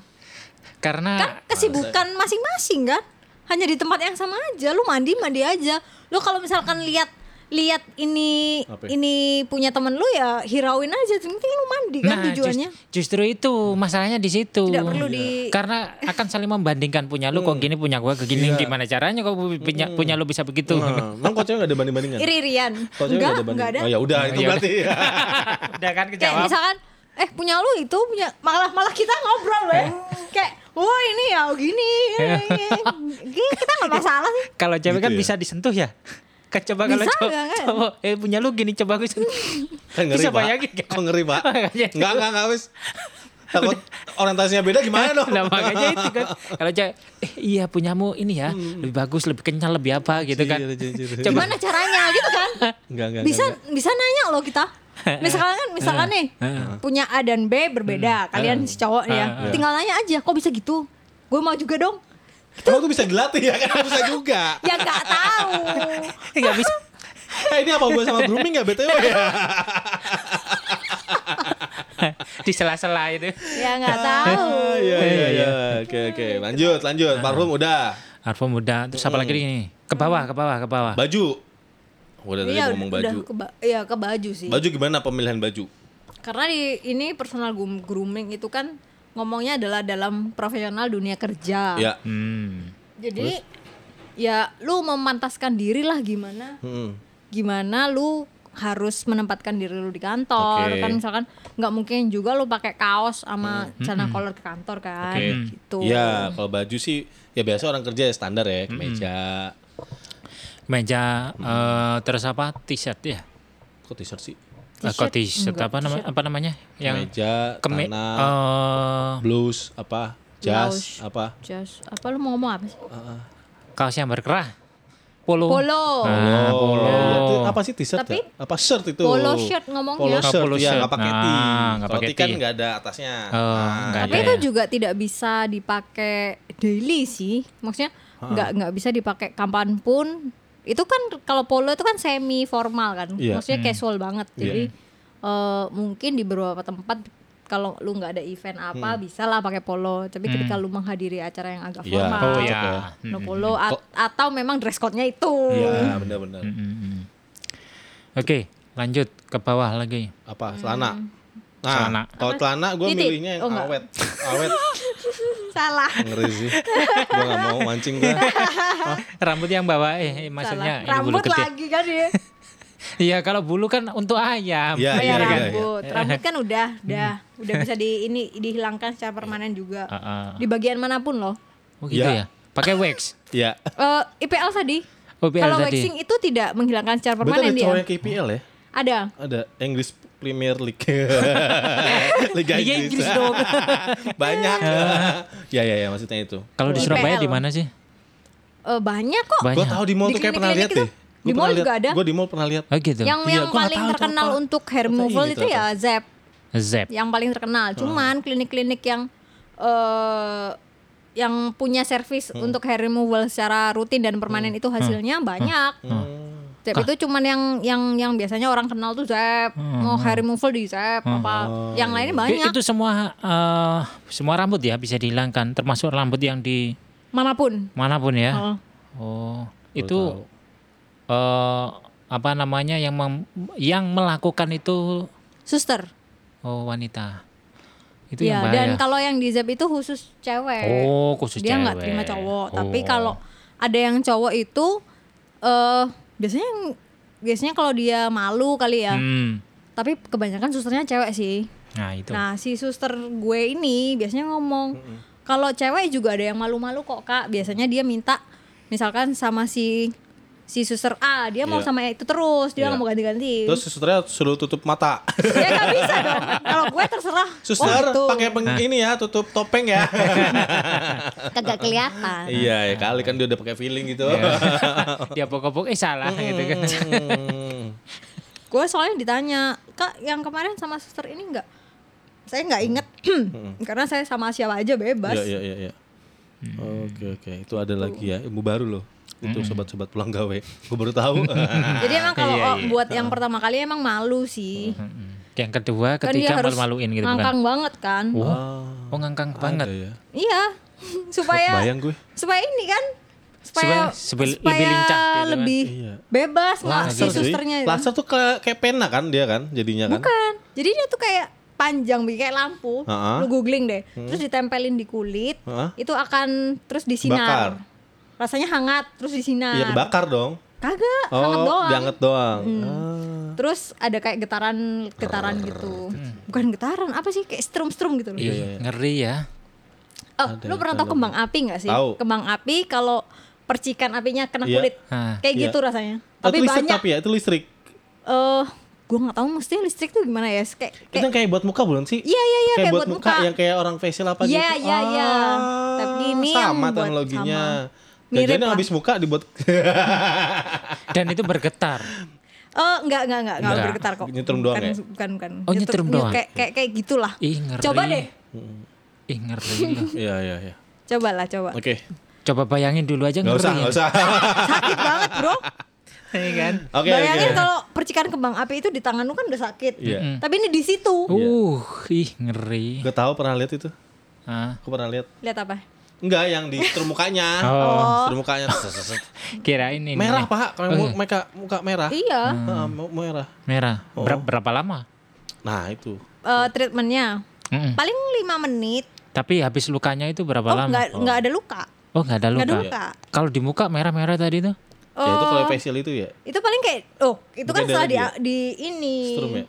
[SPEAKER 2] Karena
[SPEAKER 1] Kan kesibukan masing-masing kan. Hanya di tempat yang sama aja. Lu mandi mandi aja. Lu kalau misalkan lihat lihat ini
[SPEAKER 3] Apa? ya?
[SPEAKER 1] ini punya temen lu ya hirauin aja. Yang Penting lu mandi kan
[SPEAKER 2] Nah, jus-
[SPEAKER 1] tujuannya.
[SPEAKER 2] justru itu masalahnya di situ.
[SPEAKER 1] Tidak perlu di-
[SPEAKER 3] Iya.
[SPEAKER 2] Karena akan saling membandingkan punya lu
[SPEAKER 3] Hmm.
[SPEAKER 2] kok gini punya gua kok gini
[SPEAKER 3] Iya.
[SPEAKER 2] gimana caranya kok punya punya lu bisa begitu.
[SPEAKER 3] Nah, emang kok cewek gak ada banding bandingan?
[SPEAKER 1] Iri-irian.
[SPEAKER 3] Kok cewek
[SPEAKER 1] Enggak
[SPEAKER 3] nggak
[SPEAKER 1] enggak ada.
[SPEAKER 3] Oh ya udah itu
[SPEAKER 2] ya
[SPEAKER 3] berarti.
[SPEAKER 2] Udah kan
[SPEAKER 1] Kayak
[SPEAKER 2] kejawab.
[SPEAKER 1] misalkan eh punya lu itu punya malah malah kita ngobrol ya. Kayak wah ini ya gini. Gini kita nggak masalah sih.
[SPEAKER 2] Kalau cewek
[SPEAKER 3] Gitu
[SPEAKER 2] kan
[SPEAKER 3] ya?
[SPEAKER 2] bisa disentuh ya. Kan coba kalau
[SPEAKER 1] Bisa,
[SPEAKER 2] cowok,
[SPEAKER 1] ya kan?
[SPEAKER 2] cowok, eh punya lu gini coba aku sentuh.
[SPEAKER 3] kan ngeri
[SPEAKER 2] Bisa
[SPEAKER 3] pak.
[SPEAKER 2] bayangin nggak?
[SPEAKER 3] Kok ngeri pak?
[SPEAKER 2] Makanya itu.
[SPEAKER 3] Enggak enggak enggak wis. Takut orientasinya beda gimana dong?
[SPEAKER 2] Nah, makanya itu kan kalau cewek eh, iya punyamu ini ya
[SPEAKER 3] Hmm.
[SPEAKER 2] lebih bagus, lebih kenyal, lebih apa gitu kan.
[SPEAKER 3] Anjir, anjir, anjir.
[SPEAKER 2] Coba
[SPEAKER 1] Gimana caranya gitu kan?
[SPEAKER 3] Enggak enggak.
[SPEAKER 1] Bisa
[SPEAKER 3] enggak,
[SPEAKER 1] bisa nanya loh kita. Misalkan kan misalkan nih punya A dan B berbeda. Kalian si cowok nih ya. Tinggal nanya aja kok bisa gitu? Gue mau juga dong.
[SPEAKER 3] enggak. Emang tuh bisa dilatih ya kan bisa juga.
[SPEAKER 1] Ya nggak tahu.
[SPEAKER 2] nggak bisa.
[SPEAKER 3] Eh ini apa gua sama grooming ya BTW ya?
[SPEAKER 2] di sela-sela itu.
[SPEAKER 1] Ya nggak tahu.
[SPEAKER 3] Ah, Iya iya iya. Oke oke. Lanjut lanjut. Parfum udah.
[SPEAKER 2] Arfa muda terus apa lagi ini? Ke bawah, ke bawah, ke bawah.
[SPEAKER 3] Baju. Udah tadi
[SPEAKER 1] Iya
[SPEAKER 3] ngomong
[SPEAKER 1] udah
[SPEAKER 3] baju.
[SPEAKER 1] ke, ba- ya, ke baju sih.
[SPEAKER 3] Baju gimana pemilihan baju?
[SPEAKER 1] Karena di ini personal groom- grooming itu kan ngomongnya adalah dalam profesional dunia kerja.
[SPEAKER 3] Ya.
[SPEAKER 2] Hmm.
[SPEAKER 1] Jadi ya lu memantaskan diri lah gimana?
[SPEAKER 3] Hmm.
[SPEAKER 1] Gimana lu harus menempatkan diri lu di kantor
[SPEAKER 3] Oke. Hmm.
[SPEAKER 1] kan misalkan nggak mungkin juga lu pakai kaos sama celana kolor ke kantor kan
[SPEAKER 3] Oke.
[SPEAKER 1] gitu.
[SPEAKER 3] Iya, kalau baju sih ya biasa orang kerja ya standar
[SPEAKER 2] Hmm.
[SPEAKER 3] ya, kemeja.
[SPEAKER 2] Meja eh, terus apa? T-shirt ya.
[SPEAKER 3] Kok t-shirt sih?
[SPEAKER 2] Eh, Kok t-shirt apa namanya? Apa namanya? Yang
[SPEAKER 3] Kemeja,
[SPEAKER 2] keme
[SPEAKER 3] tanah,
[SPEAKER 2] eh,
[SPEAKER 3] blouse, apa?
[SPEAKER 1] Blouse.
[SPEAKER 3] Jas, apa?
[SPEAKER 1] Just apa lu mau ngomong apa sih?
[SPEAKER 3] Oh.
[SPEAKER 2] kaos yang berkerah. Polo.
[SPEAKER 1] Polo.
[SPEAKER 2] Ah, polo.
[SPEAKER 3] Ya, itu apa sih t-shirt
[SPEAKER 1] Tapi-
[SPEAKER 3] ya? Apa shirt itu?
[SPEAKER 1] Polo shirt ngomongnya.
[SPEAKER 3] Polo
[SPEAKER 2] Ah,
[SPEAKER 3] shirt,
[SPEAKER 2] polo
[SPEAKER 3] ya
[SPEAKER 2] shirt.
[SPEAKER 3] nggak pakai T.
[SPEAKER 2] Ah, nggak
[SPEAKER 3] Kalau
[SPEAKER 2] pakai
[SPEAKER 3] T kan
[SPEAKER 2] T.
[SPEAKER 3] nggak ada atasnya.
[SPEAKER 2] Oh, nggak
[SPEAKER 1] Tapi
[SPEAKER 2] ada
[SPEAKER 1] itu
[SPEAKER 2] ya.
[SPEAKER 1] juga tidak bisa dipakai daily sih. Maksudnya nggak nggak bisa dipakai kapanpun. Itu kan kalau polo itu kan semi formal kan.
[SPEAKER 3] Iya.
[SPEAKER 1] Maksudnya casual banget. Jadi eh, mungkin di beberapa tempat kalau lu nggak ada event apa bisa lah pakai polo. Tapi ketika lu menghadiri acara yang agak
[SPEAKER 3] Iya.
[SPEAKER 1] formal,
[SPEAKER 2] Oh
[SPEAKER 1] ya.
[SPEAKER 2] ya.
[SPEAKER 1] no polo at- atau memang dress code-nya itu.
[SPEAKER 3] Iya, benar-benar.
[SPEAKER 2] Hmm. Oke, lanjut ke bawah lagi.
[SPEAKER 3] Apa? Celana. Nah,
[SPEAKER 2] Celana.
[SPEAKER 3] kalau celana gue
[SPEAKER 1] Hmm. Titik?
[SPEAKER 3] milihnya yang
[SPEAKER 1] Oh, nggak.
[SPEAKER 3] awet. Awet
[SPEAKER 1] Salah.
[SPEAKER 3] ngeri sih. Gue nggak mau mancing gue.
[SPEAKER 2] Rambut yang bawah eh eh, maksudnya
[SPEAKER 1] Salah.
[SPEAKER 2] ini bulu
[SPEAKER 1] Rambut
[SPEAKER 2] kecil.
[SPEAKER 1] lagi kan ya.
[SPEAKER 2] Iya, kalau bulu kan untuk ayam.
[SPEAKER 3] Iya,
[SPEAKER 1] Kayak
[SPEAKER 3] iya, iya.
[SPEAKER 1] rambut. Rambut kan udah, udah, udah bisa di ini dihilangkan secara permanen juga.
[SPEAKER 3] Ah,
[SPEAKER 2] Heeh.
[SPEAKER 1] Di bagian manapun loh.
[SPEAKER 2] Oh gitu ya.
[SPEAKER 3] Iya.
[SPEAKER 2] Pakai wax.
[SPEAKER 3] Iya.
[SPEAKER 1] Eh IPL tadi.
[SPEAKER 2] Oh, IPL
[SPEAKER 1] Kalau
[SPEAKER 2] tadi.
[SPEAKER 1] waxing itu tidak menghilangkan secara
[SPEAKER 3] Betul
[SPEAKER 1] permanen
[SPEAKER 3] ada cowok
[SPEAKER 1] dia.
[SPEAKER 3] yang KPL ya?
[SPEAKER 1] Ada.
[SPEAKER 3] Ada English Premier League. Liga
[SPEAKER 2] Liga Inggris dong.
[SPEAKER 3] Banyak. ya ya ya maksudnya itu.
[SPEAKER 2] Kalau di
[SPEAKER 1] IPL.
[SPEAKER 2] Surabaya di mana sih?
[SPEAKER 1] Eh, banyak kok.
[SPEAKER 2] Banyak.
[SPEAKER 3] Gue tahu di mall
[SPEAKER 1] Di
[SPEAKER 3] tuh kayak pernah lihat
[SPEAKER 1] klinik-klinik
[SPEAKER 3] deh.
[SPEAKER 1] itu. Di mall juga ada.
[SPEAKER 3] Gue di mall pernah lihat.
[SPEAKER 2] Oh gitu.
[SPEAKER 1] Yang
[SPEAKER 3] Iya,
[SPEAKER 1] yang
[SPEAKER 3] gua nggak
[SPEAKER 1] paling
[SPEAKER 3] tahu tuh
[SPEAKER 1] terkenal
[SPEAKER 3] apa.
[SPEAKER 1] untuk hair removal
[SPEAKER 3] ini
[SPEAKER 1] itu ya Zep.
[SPEAKER 2] Zep.
[SPEAKER 1] Yang paling terkenal. Cuman klinik-klinik yang eh yang punya servis
[SPEAKER 2] Hmm.
[SPEAKER 1] untuk hair removal secara rutin dan permanen itu hasilnya banyak.
[SPEAKER 2] Hmm.
[SPEAKER 1] Zep itu cuman yang yang yang biasanya orang kenal tuh Zep.
[SPEAKER 2] Hmm.
[SPEAKER 1] Mau hair removal di Zep apa. Yang lainnya banyak.
[SPEAKER 2] Oh. Itu semua eh, semua rambut ya bisa dihilangkan, termasuk rambut yang di
[SPEAKER 1] Manapun.
[SPEAKER 2] manapun
[SPEAKER 1] Heeh.
[SPEAKER 2] ya. Oh, itu eh apa namanya yang mem- yang melakukan itu
[SPEAKER 1] Suster.
[SPEAKER 2] oh wanita. Itu
[SPEAKER 1] Iya,
[SPEAKER 2] yang bahaya.
[SPEAKER 1] dan kalau yang di Zep itu khusus cewek.
[SPEAKER 2] Oh, khusus
[SPEAKER 1] Dia nggak
[SPEAKER 2] cewek.
[SPEAKER 1] terima cowok. Tapi
[SPEAKER 2] Oh.
[SPEAKER 1] kalau ada yang cowok itu eh biasanya yang biasanya kalau dia malu kali ya.
[SPEAKER 2] Hmm.
[SPEAKER 1] Tapi kebanyakan susternya cewek sih.
[SPEAKER 2] Nah, itu.
[SPEAKER 1] Nah, si suster gue ini biasanya ngomong, kalau cewek juga ada yang malu-malu kok, Kak. Biasanya dia minta misalkan sama si si suster A, dia mau
[SPEAKER 3] Iya.
[SPEAKER 1] sama itu terus, dia
[SPEAKER 3] Iya.
[SPEAKER 1] nggak mau ganti-ganti.
[SPEAKER 3] Terus susternya suruh tutup mata.
[SPEAKER 1] ya nggak bisa dong. Kalau gue terserah.
[SPEAKER 3] Suster
[SPEAKER 1] gitu.
[SPEAKER 3] pakai peng- ini ya, tutup topeng ya.
[SPEAKER 1] kagak kelihatan.
[SPEAKER 3] Iya, ya kali kan dia udah pakai feeling gitu.
[SPEAKER 2] Dia pokok-pokok eh salah gitu kan.
[SPEAKER 3] Hmm.
[SPEAKER 1] Gue soalnya ditanya, Kak, yang kemarin sama suster ini nggak? Saya nggak inget, karena saya sama siapa aja bebas.
[SPEAKER 3] Iya, iya, iya, iya. Oke, oke. Itu ada lagi ya, ilmu baru loh. Itu sobat-sobat pulang gawe. Gue baru tahu.
[SPEAKER 1] Jadi emang kalau
[SPEAKER 3] Iya,
[SPEAKER 1] oh,
[SPEAKER 3] iya.
[SPEAKER 1] buat yang pertama kali emang malu sih.
[SPEAKER 2] Yang kedua,
[SPEAKER 1] Kan dia
[SPEAKER 2] ketiga
[SPEAKER 1] harus
[SPEAKER 2] malu-maluin gitu
[SPEAKER 1] ngangkang
[SPEAKER 2] bukan?
[SPEAKER 1] banget kan.
[SPEAKER 2] Wah, oh ngangkang banget.
[SPEAKER 3] Ada ya.
[SPEAKER 1] Iya. supaya
[SPEAKER 3] Bayang gue.
[SPEAKER 1] supaya ini kan supaya
[SPEAKER 2] Supaya sebel-
[SPEAKER 1] supaya
[SPEAKER 2] lebih lincah gitu kan.
[SPEAKER 1] lebih
[SPEAKER 3] Iya. gitu.
[SPEAKER 1] bebas nggak si
[SPEAKER 3] Laser cuy.
[SPEAKER 1] susternya itu.
[SPEAKER 3] Laser tuh ke- kayak pena kan dia kan jadinya kan.
[SPEAKER 1] Bukan. Jadi dia tuh kayak panjang bi kayak lampu.
[SPEAKER 3] Ha-ha.
[SPEAKER 1] Lu googling deh. Terus ditempelin di kulit,
[SPEAKER 3] Ha-ha.
[SPEAKER 1] itu akan terus disinar.
[SPEAKER 3] Bakar.
[SPEAKER 1] Rasanya hangat terus disinar.
[SPEAKER 3] Iya kebakar dong.
[SPEAKER 1] Kagak,
[SPEAKER 3] Oh,
[SPEAKER 1] hangat doang. Hmm.
[SPEAKER 3] dianget doang. Ah.
[SPEAKER 1] Terus ada kayak getaran-getaran gitu. Bukan getaran, apa sih? Kayak strum-strum gitu loh.
[SPEAKER 2] Iya, ngeri ya.
[SPEAKER 1] Oh, lu pernah tau kembang api nggak sih?
[SPEAKER 3] Tahu.
[SPEAKER 1] Kembang api kalau percikan apinya kena
[SPEAKER 3] Iya.
[SPEAKER 1] kulit,
[SPEAKER 2] Ah,
[SPEAKER 1] kayak
[SPEAKER 3] iya.
[SPEAKER 1] gitu rasanya.
[SPEAKER 3] Oh,
[SPEAKER 1] Tapi
[SPEAKER 3] itu listrik
[SPEAKER 1] banyak.
[SPEAKER 3] tapi ya, itu listrik.
[SPEAKER 1] Eh, gua nggak tahu mesti listrik tuh gimana ya? Kayak,
[SPEAKER 3] Itu
[SPEAKER 1] kayak
[SPEAKER 3] yang kayak buat muka bukan sih?
[SPEAKER 1] Iya, iya, iya,
[SPEAKER 3] kayak buat muka. yang kayak orang facial apa gitu.
[SPEAKER 1] Iya, iya, iya.
[SPEAKER 3] Ah,
[SPEAKER 1] Tapi ini yang
[SPEAKER 3] sama
[SPEAKER 1] buat-
[SPEAKER 3] teknologinya.
[SPEAKER 1] sama. Mirip
[SPEAKER 3] Jajannya
[SPEAKER 1] lah.
[SPEAKER 3] habis muka dibuat
[SPEAKER 2] Dan itu bergetar.
[SPEAKER 1] eh nggak nggak nggak nggak
[SPEAKER 2] Enggak.
[SPEAKER 1] bergetar kok.
[SPEAKER 3] Nyetrum doang
[SPEAKER 1] bukan,
[SPEAKER 3] ya?
[SPEAKER 1] bukan bukan.
[SPEAKER 2] Oh, nyetrum
[SPEAKER 1] Nyet-
[SPEAKER 2] doang.
[SPEAKER 1] Kayak kayak kayak gitulah.
[SPEAKER 2] Ih, ngeri.
[SPEAKER 1] Coba deh.
[SPEAKER 2] Ih, ngeri. loh.
[SPEAKER 3] Iya, iya, iya.
[SPEAKER 1] Cobalah coba.
[SPEAKER 3] Oke.
[SPEAKER 2] Coba bayangin dulu aja
[SPEAKER 3] Enggak
[SPEAKER 2] ngeri. gitu.
[SPEAKER 3] usah, enggak usah.
[SPEAKER 1] Sakit banget, Bro.
[SPEAKER 2] Iya kan?
[SPEAKER 3] Oke,
[SPEAKER 1] Bayangin
[SPEAKER 3] oke.
[SPEAKER 1] kalau percikan kembang api itu di tangan lu kan udah sakit.
[SPEAKER 3] Iya. Mm.
[SPEAKER 1] Tapi ini di situ.
[SPEAKER 2] Uh, ih ngeri.
[SPEAKER 3] Gue tahu pernah lihat itu.
[SPEAKER 2] Ah.
[SPEAKER 3] Aku pernah lihat.
[SPEAKER 1] Lihat apa?
[SPEAKER 3] Enggak, yang di serum mukanya.
[SPEAKER 2] Oh.
[SPEAKER 3] Serum mukanya.
[SPEAKER 2] Kirain ini. Hmm.
[SPEAKER 3] merah, Pak. Kalau
[SPEAKER 2] Oh,
[SPEAKER 3] mu- mereka muka merah.
[SPEAKER 1] Iya.
[SPEAKER 3] Heeh, mu- merah.
[SPEAKER 2] Merah.
[SPEAKER 3] Oh.
[SPEAKER 2] Ber- berapa lama?
[SPEAKER 3] Nah, itu.
[SPEAKER 1] Eh, treatmentnya
[SPEAKER 2] Mm-mm.
[SPEAKER 1] paling lima menit.
[SPEAKER 2] Tapi habis lukanya itu berapa
[SPEAKER 1] Oh,
[SPEAKER 2] lama?
[SPEAKER 1] nggak nggak ada luka.
[SPEAKER 2] Oh, nggak ada luka.
[SPEAKER 1] Nggak ada luka.
[SPEAKER 3] Iya.
[SPEAKER 2] Kalau di muka merah-merah tadi tuh.
[SPEAKER 3] Ya
[SPEAKER 1] Oh.
[SPEAKER 3] itu kalau facial itu ya.
[SPEAKER 1] Itu paling kayak oh, itu kan
[SPEAKER 3] Bukan
[SPEAKER 1] setelah
[SPEAKER 3] darah
[SPEAKER 1] di,
[SPEAKER 3] dia?
[SPEAKER 1] di ini.
[SPEAKER 3] ya? Strum ya?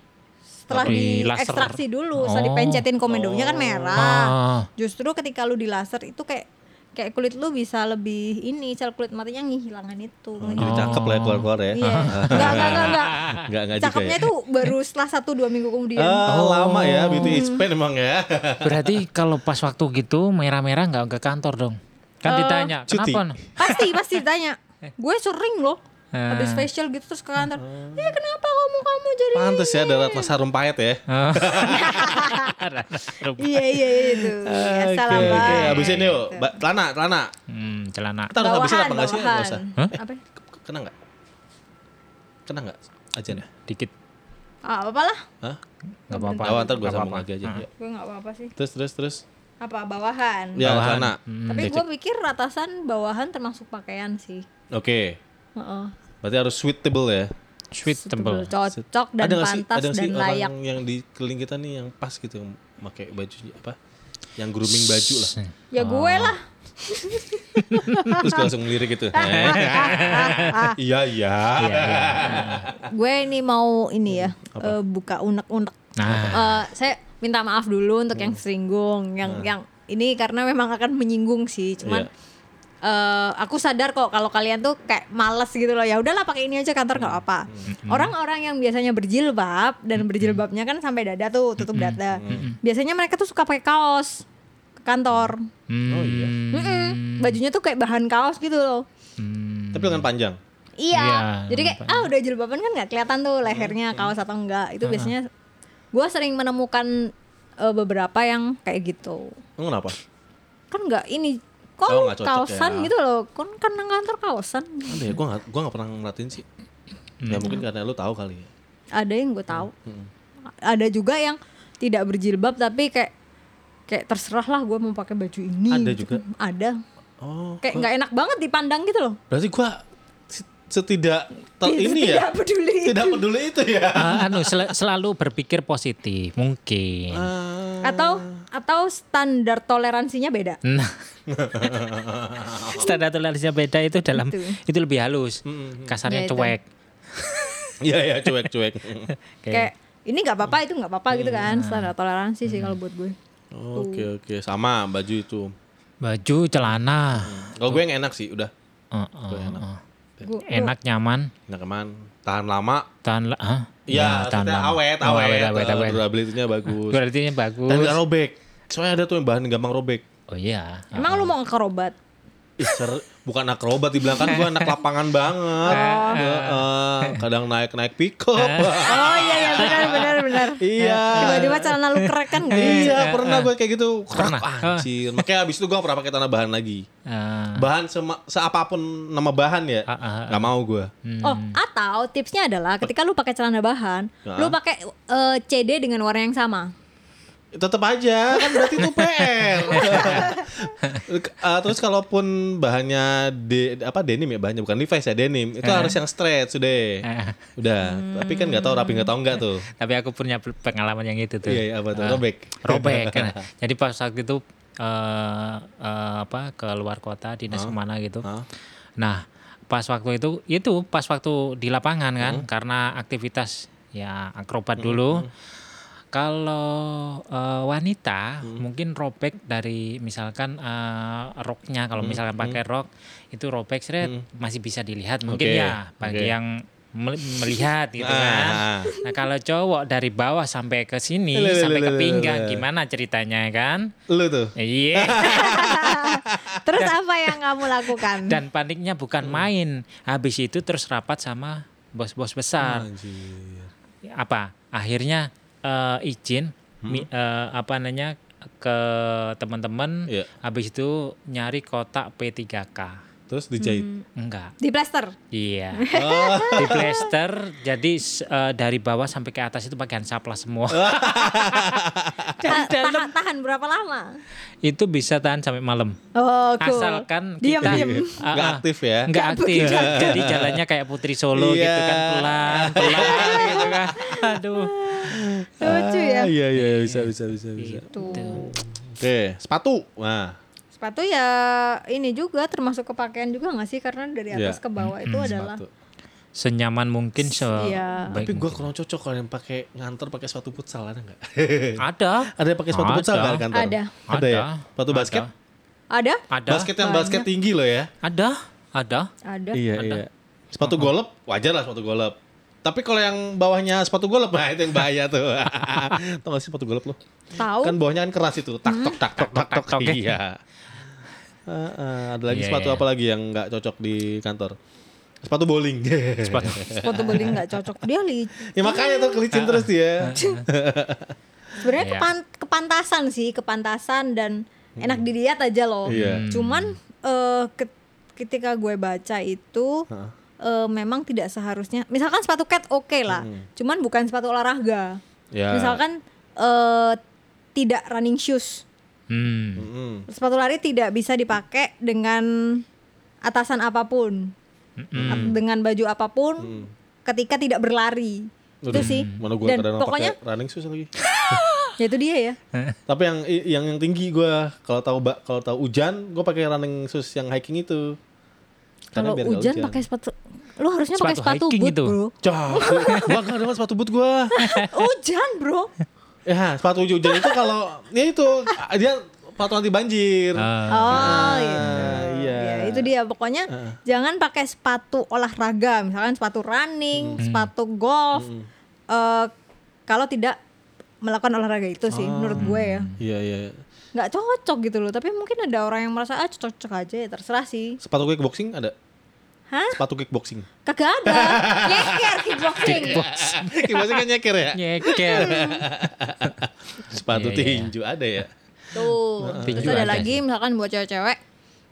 [SPEAKER 1] Setelah
[SPEAKER 2] Di
[SPEAKER 1] di
[SPEAKER 2] laser.
[SPEAKER 1] ekstraksi dulu, setelah
[SPEAKER 2] Oh.
[SPEAKER 1] dipencetin komedonya kan merah.
[SPEAKER 3] Ah.
[SPEAKER 2] Oh.
[SPEAKER 1] Justru ketika lu di laser itu kayak kayak kulit lu bisa lebih ini sel kulit matinya ngilangan itu. Gitu.
[SPEAKER 3] Jadi
[SPEAKER 2] Oh.
[SPEAKER 3] cakep lah ya keluar-keluar ya.
[SPEAKER 1] Iya. Enggak enggak enggak enggak.
[SPEAKER 3] Enggak, enggak juga
[SPEAKER 1] Cakepnya
[SPEAKER 3] ya.
[SPEAKER 1] itu baru setelah satu dua minggu kemudian.
[SPEAKER 3] Ah,
[SPEAKER 2] Oh.
[SPEAKER 3] lama ya beauty is pain emang ya.
[SPEAKER 2] Berarti kalau pas waktu gitu merah-merah nggak ke kantor dong. Kan ditanya,
[SPEAKER 3] Cuti.
[SPEAKER 2] kenapa?
[SPEAKER 1] Pasti pasti ditanya. Gue sering loh
[SPEAKER 3] Ah.
[SPEAKER 1] habis facial gitu terus ke kantor. Eh kenapa kamu kamu jadi
[SPEAKER 3] Pantes ya darat mas harum pahit ya.
[SPEAKER 2] Oh,
[SPEAKER 1] Iya iya iya, itu. Ya salah
[SPEAKER 3] Oke, oke,
[SPEAKER 1] Bang.
[SPEAKER 3] habisin yuk. Ba- Telana, telana.
[SPEAKER 2] Hmm, celana.
[SPEAKER 3] Kita harus habisin apa enggak sih? Enggak
[SPEAKER 1] bawahan.
[SPEAKER 3] ya, usah.
[SPEAKER 2] Hah?
[SPEAKER 1] Apa? Ah,
[SPEAKER 3] Kena enggak? Kena enggak? Aja ya.
[SPEAKER 2] Dikit.
[SPEAKER 1] Ah, apalah.
[SPEAKER 3] Hah?
[SPEAKER 2] Nggak apa-apa.
[SPEAKER 3] Awan ntar gue
[SPEAKER 2] Nggak
[SPEAKER 3] sambung
[SPEAKER 2] apa-apa.
[SPEAKER 3] lagi aja. Ya.
[SPEAKER 1] Gue nggak apa-apa sih.
[SPEAKER 3] Terus terus terus.
[SPEAKER 1] Apa bawahan?
[SPEAKER 3] Ya,
[SPEAKER 2] Bawahan.
[SPEAKER 3] telana.
[SPEAKER 1] Tapi gue pikir atasan bawahan termasuk pakaian sih.
[SPEAKER 3] Oke.
[SPEAKER 1] Heeh.
[SPEAKER 3] Berarti harus suitable ya.
[SPEAKER 2] Sweet temple.
[SPEAKER 1] Cocok dan
[SPEAKER 3] ada nggak sih,
[SPEAKER 1] pantas
[SPEAKER 3] ada nggak
[SPEAKER 1] dan
[SPEAKER 3] sih
[SPEAKER 1] layak.
[SPEAKER 3] orang yang di keliling kita nih yang pas gitu yang pakai baju apa? Yang grooming baju lah.
[SPEAKER 1] Ya gue lah.
[SPEAKER 3] Terus gue langsung ngelirik gitu. Eh, Iya iya.
[SPEAKER 1] gue ini mau ini ya eh, buka unek-unek.
[SPEAKER 2] Nah,
[SPEAKER 1] Eh, saya minta maaf dulu untuk yang singgung, yang yang ini karena memang akan menyinggung sih, cuman eh, aku sadar kok kalau kalian tuh kayak males gitu loh. Ya udahlah pakai ini aja kantor nggak apa. Orang-orang yang biasanya berjilbab dan berjilbabnya kan sampai dada tuh, tutup dada. Biasanya mereka tuh suka pakai kaos ke kantor.
[SPEAKER 2] oh iya.
[SPEAKER 1] Mm-mm. Bajunya tuh kayak bahan kaos gitu loh. Hmm.
[SPEAKER 3] Tapi lengan panjang.
[SPEAKER 1] Iya.
[SPEAKER 2] Iya,
[SPEAKER 1] Jadi kayak ah udah jilbaban kan nggak kelihatan tuh lehernya
[SPEAKER 3] Iya,
[SPEAKER 1] kaos atau enggak. Itu biasanya gua sering menemukan eh, beberapa yang kayak gitu.
[SPEAKER 3] Emang kenapa?
[SPEAKER 1] Kan nggak ini kok
[SPEAKER 3] Oh,
[SPEAKER 1] lu
[SPEAKER 3] nggak cocok
[SPEAKER 1] kaosan
[SPEAKER 3] ya.
[SPEAKER 1] gitu loh. Kan kan nang kantor kaosan.
[SPEAKER 3] Ada ya, gue gak, gua gak pernah ngeliatin sih
[SPEAKER 1] Hmm.
[SPEAKER 3] Ya mungkin karena lu tahu kali ya
[SPEAKER 1] Ada yang gue tahu.
[SPEAKER 3] Hmm,
[SPEAKER 1] Ada juga yang tidak berjilbab tapi kayak kayak terserah lah gue mau pakai baju ini. gitu.
[SPEAKER 3] Ada juga?
[SPEAKER 1] Ada.
[SPEAKER 3] Oh
[SPEAKER 1] Kayak nggak enak banget dipandang gitu loh.
[SPEAKER 3] Berarti gue setidak ter, ini
[SPEAKER 1] tidak
[SPEAKER 3] ya
[SPEAKER 1] Iya, peduli.
[SPEAKER 3] Tidak peduli itu ya
[SPEAKER 2] Ah, anu sel- selalu berpikir positif mungkin.
[SPEAKER 1] Atau atau standar toleransinya beda.
[SPEAKER 2] Nah. Standar toleransinya beda itu dalam itu,
[SPEAKER 3] Hmm,
[SPEAKER 2] lebih halus.
[SPEAKER 1] Ya,
[SPEAKER 2] Kasarnya
[SPEAKER 1] itu.
[SPEAKER 2] cuek.
[SPEAKER 3] Iya ya iya, cuek cuek
[SPEAKER 1] Kayak ini nggak apa-apa itu nggak apa-apa gitu kan standar toleransi sih kalau buat gue
[SPEAKER 3] Oke oke sama baju itu.
[SPEAKER 2] Baju, celana.
[SPEAKER 3] Kalau gue yang enak sih udah.
[SPEAKER 2] Oh, oh,
[SPEAKER 3] Gue enak.
[SPEAKER 2] oh.
[SPEAKER 1] Gue- gue-
[SPEAKER 2] Enak, nyaman.
[SPEAKER 3] Enak aman, tahan lama.
[SPEAKER 2] Tahan la- hah?
[SPEAKER 3] Iya,
[SPEAKER 2] tahan
[SPEAKER 3] maksudnya
[SPEAKER 2] lama.
[SPEAKER 3] awet,
[SPEAKER 2] Oh,
[SPEAKER 3] awet,
[SPEAKER 2] awet, awet.
[SPEAKER 3] eh, Durability-nya bagus.
[SPEAKER 2] Durability-nya
[SPEAKER 3] Dan
[SPEAKER 2] bagus.
[SPEAKER 3] nggak robek. Soalnya ada tuh yang bahan gampang robek.
[SPEAKER 2] Oh iya.
[SPEAKER 1] emang lu mau ngekerobat
[SPEAKER 3] Ih, ser- bukan akrobat dibilang kan gue anak lapangan banget. Heeh, kadang naik-naik pick up.
[SPEAKER 1] oh iya iya benar benar benar
[SPEAKER 3] Iya.
[SPEAKER 1] tiba-tiba celana lu kerek kan nggak
[SPEAKER 3] Iya, pernah gue kayak gitu.
[SPEAKER 2] Pernah.
[SPEAKER 3] Krak, Anjir. Makanya abis itu gue pernah pakai tanah bahan lagi.
[SPEAKER 2] Ah,
[SPEAKER 3] Bahan sema, seapapun nama bahan ya,
[SPEAKER 2] Ah, ah, ah.
[SPEAKER 3] nggak mau gue.
[SPEAKER 1] Oh, atau tipsnya adalah ketika lu pakai celana bahan,
[SPEAKER 3] Heeh.
[SPEAKER 1] lu pakai eh, CD dengan warna yang sama.
[SPEAKER 3] Tetap aja, kan berarti itu PR. Eh, terus kalaupun bahannya de, apa denim ya bahannya bukan Levi's ya denim, itu harus yang stretch deh.
[SPEAKER 2] Eh.
[SPEAKER 3] Udah, tapi kan nggak tahu rapi nggak tahu nggak tuh.
[SPEAKER 2] tapi aku punya pengalaman yang itu tuh.
[SPEAKER 3] Iya, iya, apa
[SPEAKER 2] Ah.
[SPEAKER 3] tuh? Robek.
[SPEAKER 2] robek Nah, jadi pas waktu itu eh eh, apa ke luar kota dinas kemana gitu
[SPEAKER 3] Hah?
[SPEAKER 2] nah pas waktu itu itu pas waktu di lapangan kan
[SPEAKER 3] Hmm.
[SPEAKER 2] karena aktivitas ya akrobat dulu
[SPEAKER 3] hmm.
[SPEAKER 2] kalau eh, wanita mungkin robek dari misalkan eh, roknya kalau
[SPEAKER 3] Hmm,
[SPEAKER 2] misalkan pakai rok itu robek seret masih bisa dilihat mungkin
[SPEAKER 3] Oke,
[SPEAKER 2] ya bagi
[SPEAKER 3] oke.
[SPEAKER 2] yang mel- melihat gitu kan
[SPEAKER 3] Ah.
[SPEAKER 2] Nah kalau cowok dari bawah sampai ke sini
[SPEAKER 3] Lele,
[SPEAKER 2] sampai ke
[SPEAKER 3] lele,
[SPEAKER 2] pinggang
[SPEAKER 3] lele.
[SPEAKER 2] gimana ceritanya kan?
[SPEAKER 3] Lu tuh.
[SPEAKER 2] Iya.
[SPEAKER 1] Terus apa yang kamu lakukan?
[SPEAKER 2] Dan paniknya bukan
[SPEAKER 3] Hmm.
[SPEAKER 2] main. Habis itu terus rapat sama bos-bos besar.
[SPEAKER 3] Anjir.
[SPEAKER 2] Apa? Akhirnya eh, izin
[SPEAKER 3] Hmm.
[SPEAKER 2] mi- eh, apa namanya ke teman-teman.
[SPEAKER 3] Iya.
[SPEAKER 2] Habis itu nyari kotak P3K.
[SPEAKER 3] Terus dijahit.
[SPEAKER 1] Hmm.
[SPEAKER 2] Enggak.
[SPEAKER 1] Di plaster.
[SPEAKER 2] Iya. Di plaster jadi s- eh, dari bawah sampai ke atas itu pakai saplas semua.
[SPEAKER 1] Ta- tahan, tahan berapa lama?
[SPEAKER 2] itu bisa tahan sampai malam.
[SPEAKER 1] Oh, cool.
[SPEAKER 2] asalkan
[SPEAKER 1] Diam,
[SPEAKER 2] kita
[SPEAKER 1] diam.
[SPEAKER 2] Ah, ah.
[SPEAKER 3] Nggak aktif ya.
[SPEAKER 2] nggak aktif jadi jalannya kayak putri solo gitu kan
[SPEAKER 3] Iya.
[SPEAKER 2] pelan pelan gitu kan aduh
[SPEAKER 1] Lucu ya.
[SPEAKER 3] Ah, Iya iya bisa bisa bisa bisa.
[SPEAKER 1] Tuh.
[SPEAKER 3] Oke, sepatu. Nah,
[SPEAKER 1] Sepatu ya ini juga termasuk kepakaian juga nggak sih? Karena dari atas
[SPEAKER 3] Iya.
[SPEAKER 1] ke bawah itu adalah
[SPEAKER 3] sepatu.
[SPEAKER 2] senyaman mungkin se
[SPEAKER 1] Iya.
[SPEAKER 2] baik
[SPEAKER 3] Tapi gue
[SPEAKER 2] mungkin.
[SPEAKER 3] kurang cocok kalau yang pakai nganter pakai sepatu futsal ada nggak?
[SPEAKER 2] ada
[SPEAKER 3] ada yang pakai sepatu
[SPEAKER 2] Ada.
[SPEAKER 3] futsal nggak di kantor?
[SPEAKER 1] Ada.
[SPEAKER 3] Ada ya.
[SPEAKER 2] Ada.
[SPEAKER 3] Sepatu basket.
[SPEAKER 1] ada,
[SPEAKER 2] ada
[SPEAKER 3] Basket yang basket tinggi loh ya.
[SPEAKER 2] ada ada
[SPEAKER 1] ada.
[SPEAKER 3] Iya iya. Sepatu golep wajar lah sepatu golep. Tapi kalau yang bawahnya sepatu golep nah itu yang bahaya tuh. Tau gak sih sepatu golep lo?
[SPEAKER 1] Tahu?
[SPEAKER 3] Kan bawahnya kan keras itu. Tak tok tak tok tak tok.
[SPEAKER 2] tok, ya.
[SPEAKER 3] Iya. Eh, eh, ada lagi
[SPEAKER 2] Iya,
[SPEAKER 3] sepatu
[SPEAKER 2] iya.
[SPEAKER 3] apa lagi yang nggak cocok di kantor? Sepatu bowling.
[SPEAKER 2] sepatu
[SPEAKER 1] Sepatu beli nggak cocok dia li.
[SPEAKER 3] ya makanya tuh kelicin terus ya. dia.
[SPEAKER 1] Sebenarnya
[SPEAKER 2] Iya.
[SPEAKER 1] kepan- kepantasan sih, kepantasan dan enak dilihat aja loh.
[SPEAKER 3] Iya.
[SPEAKER 1] Cuman eh, ke- ketika gue baca itu eh, memang tidak seharusnya. Misalkan sepatu cat oke lah, cuman bukan sepatu olahraga.
[SPEAKER 3] Ya.
[SPEAKER 1] Misalkan eh, tidak running shoes,
[SPEAKER 2] hmm.
[SPEAKER 3] Mm-mm.
[SPEAKER 1] sepatu lari tidak bisa dipakai dengan atasan apapun, At- dengan baju apapun, ketika tidak berlari. Itu
[SPEAKER 3] Hmm. Aduh,
[SPEAKER 1] sih.
[SPEAKER 3] Mana gue
[SPEAKER 1] Dan
[SPEAKER 3] kadang
[SPEAKER 1] pokoknya
[SPEAKER 3] pakai running shoes lagi.
[SPEAKER 1] ya itu dia ya.
[SPEAKER 3] Tapi yang yang yang tinggi gue kalau tahu ba- kalau tahu hujan gue pakai running shoes yang hiking itu. Karena
[SPEAKER 1] Kalau
[SPEAKER 3] biar nggak
[SPEAKER 1] hujan pakai sepatu lu harusnya pakai
[SPEAKER 2] Sepatu
[SPEAKER 1] sepatu
[SPEAKER 2] hiking
[SPEAKER 1] boot,
[SPEAKER 2] itu.
[SPEAKER 1] Bro. Kan
[SPEAKER 3] Cah, gue gak ada sepatu boot gue.
[SPEAKER 1] hujan, Bro.
[SPEAKER 3] Ya, sepatu hujan itu kalau ya itu dia sepatu anti banjir. Ah,
[SPEAKER 1] Oh, iya.
[SPEAKER 3] iya.
[SPEAKER 1] Ya, itu dia pokoknya jangan pakai sepatu olahraga, misalkan sepatu running, sepatu golf.
[SPEAKER 3] Hmm.
[SPEAKER 1] eh, kalau tidak melakukan olahraga itu
[SPEAKER 3] Ah.
[SPEAKER 1] sih menurut gue ya.
[SPEAKER 3] Iya iya.
[SPEAKER 1] nggak cocok gitu loh, tapi mungkin ada orang yang merasa ah cocok aja ya terserah sih.
[SPEAKER 3] Sepatu kickboxing ada?
[SPEAKER 1] Hah?
[SPEAKER 3] Sepatu kickboxing.
[SPEAKER 1] Kagak ada. Nyeker kickboxing.
[SPEAKER 3] kickboxing kan nyeker ya?
[SPEAKER 2] nyeker
[SPEAKER 3] Sepatu
[SPEAKER 2] Iya, iya, iya.
[SPEAKER 3] tinju ada ya?
[SPEAKER 1] Tuh. Terus
[SPEAKER 2] Tinju
[SPEAKER 1] ada
[SPEAKER 2] ada
[SPEAKER 1] lagi misalkan buat cewek-cewek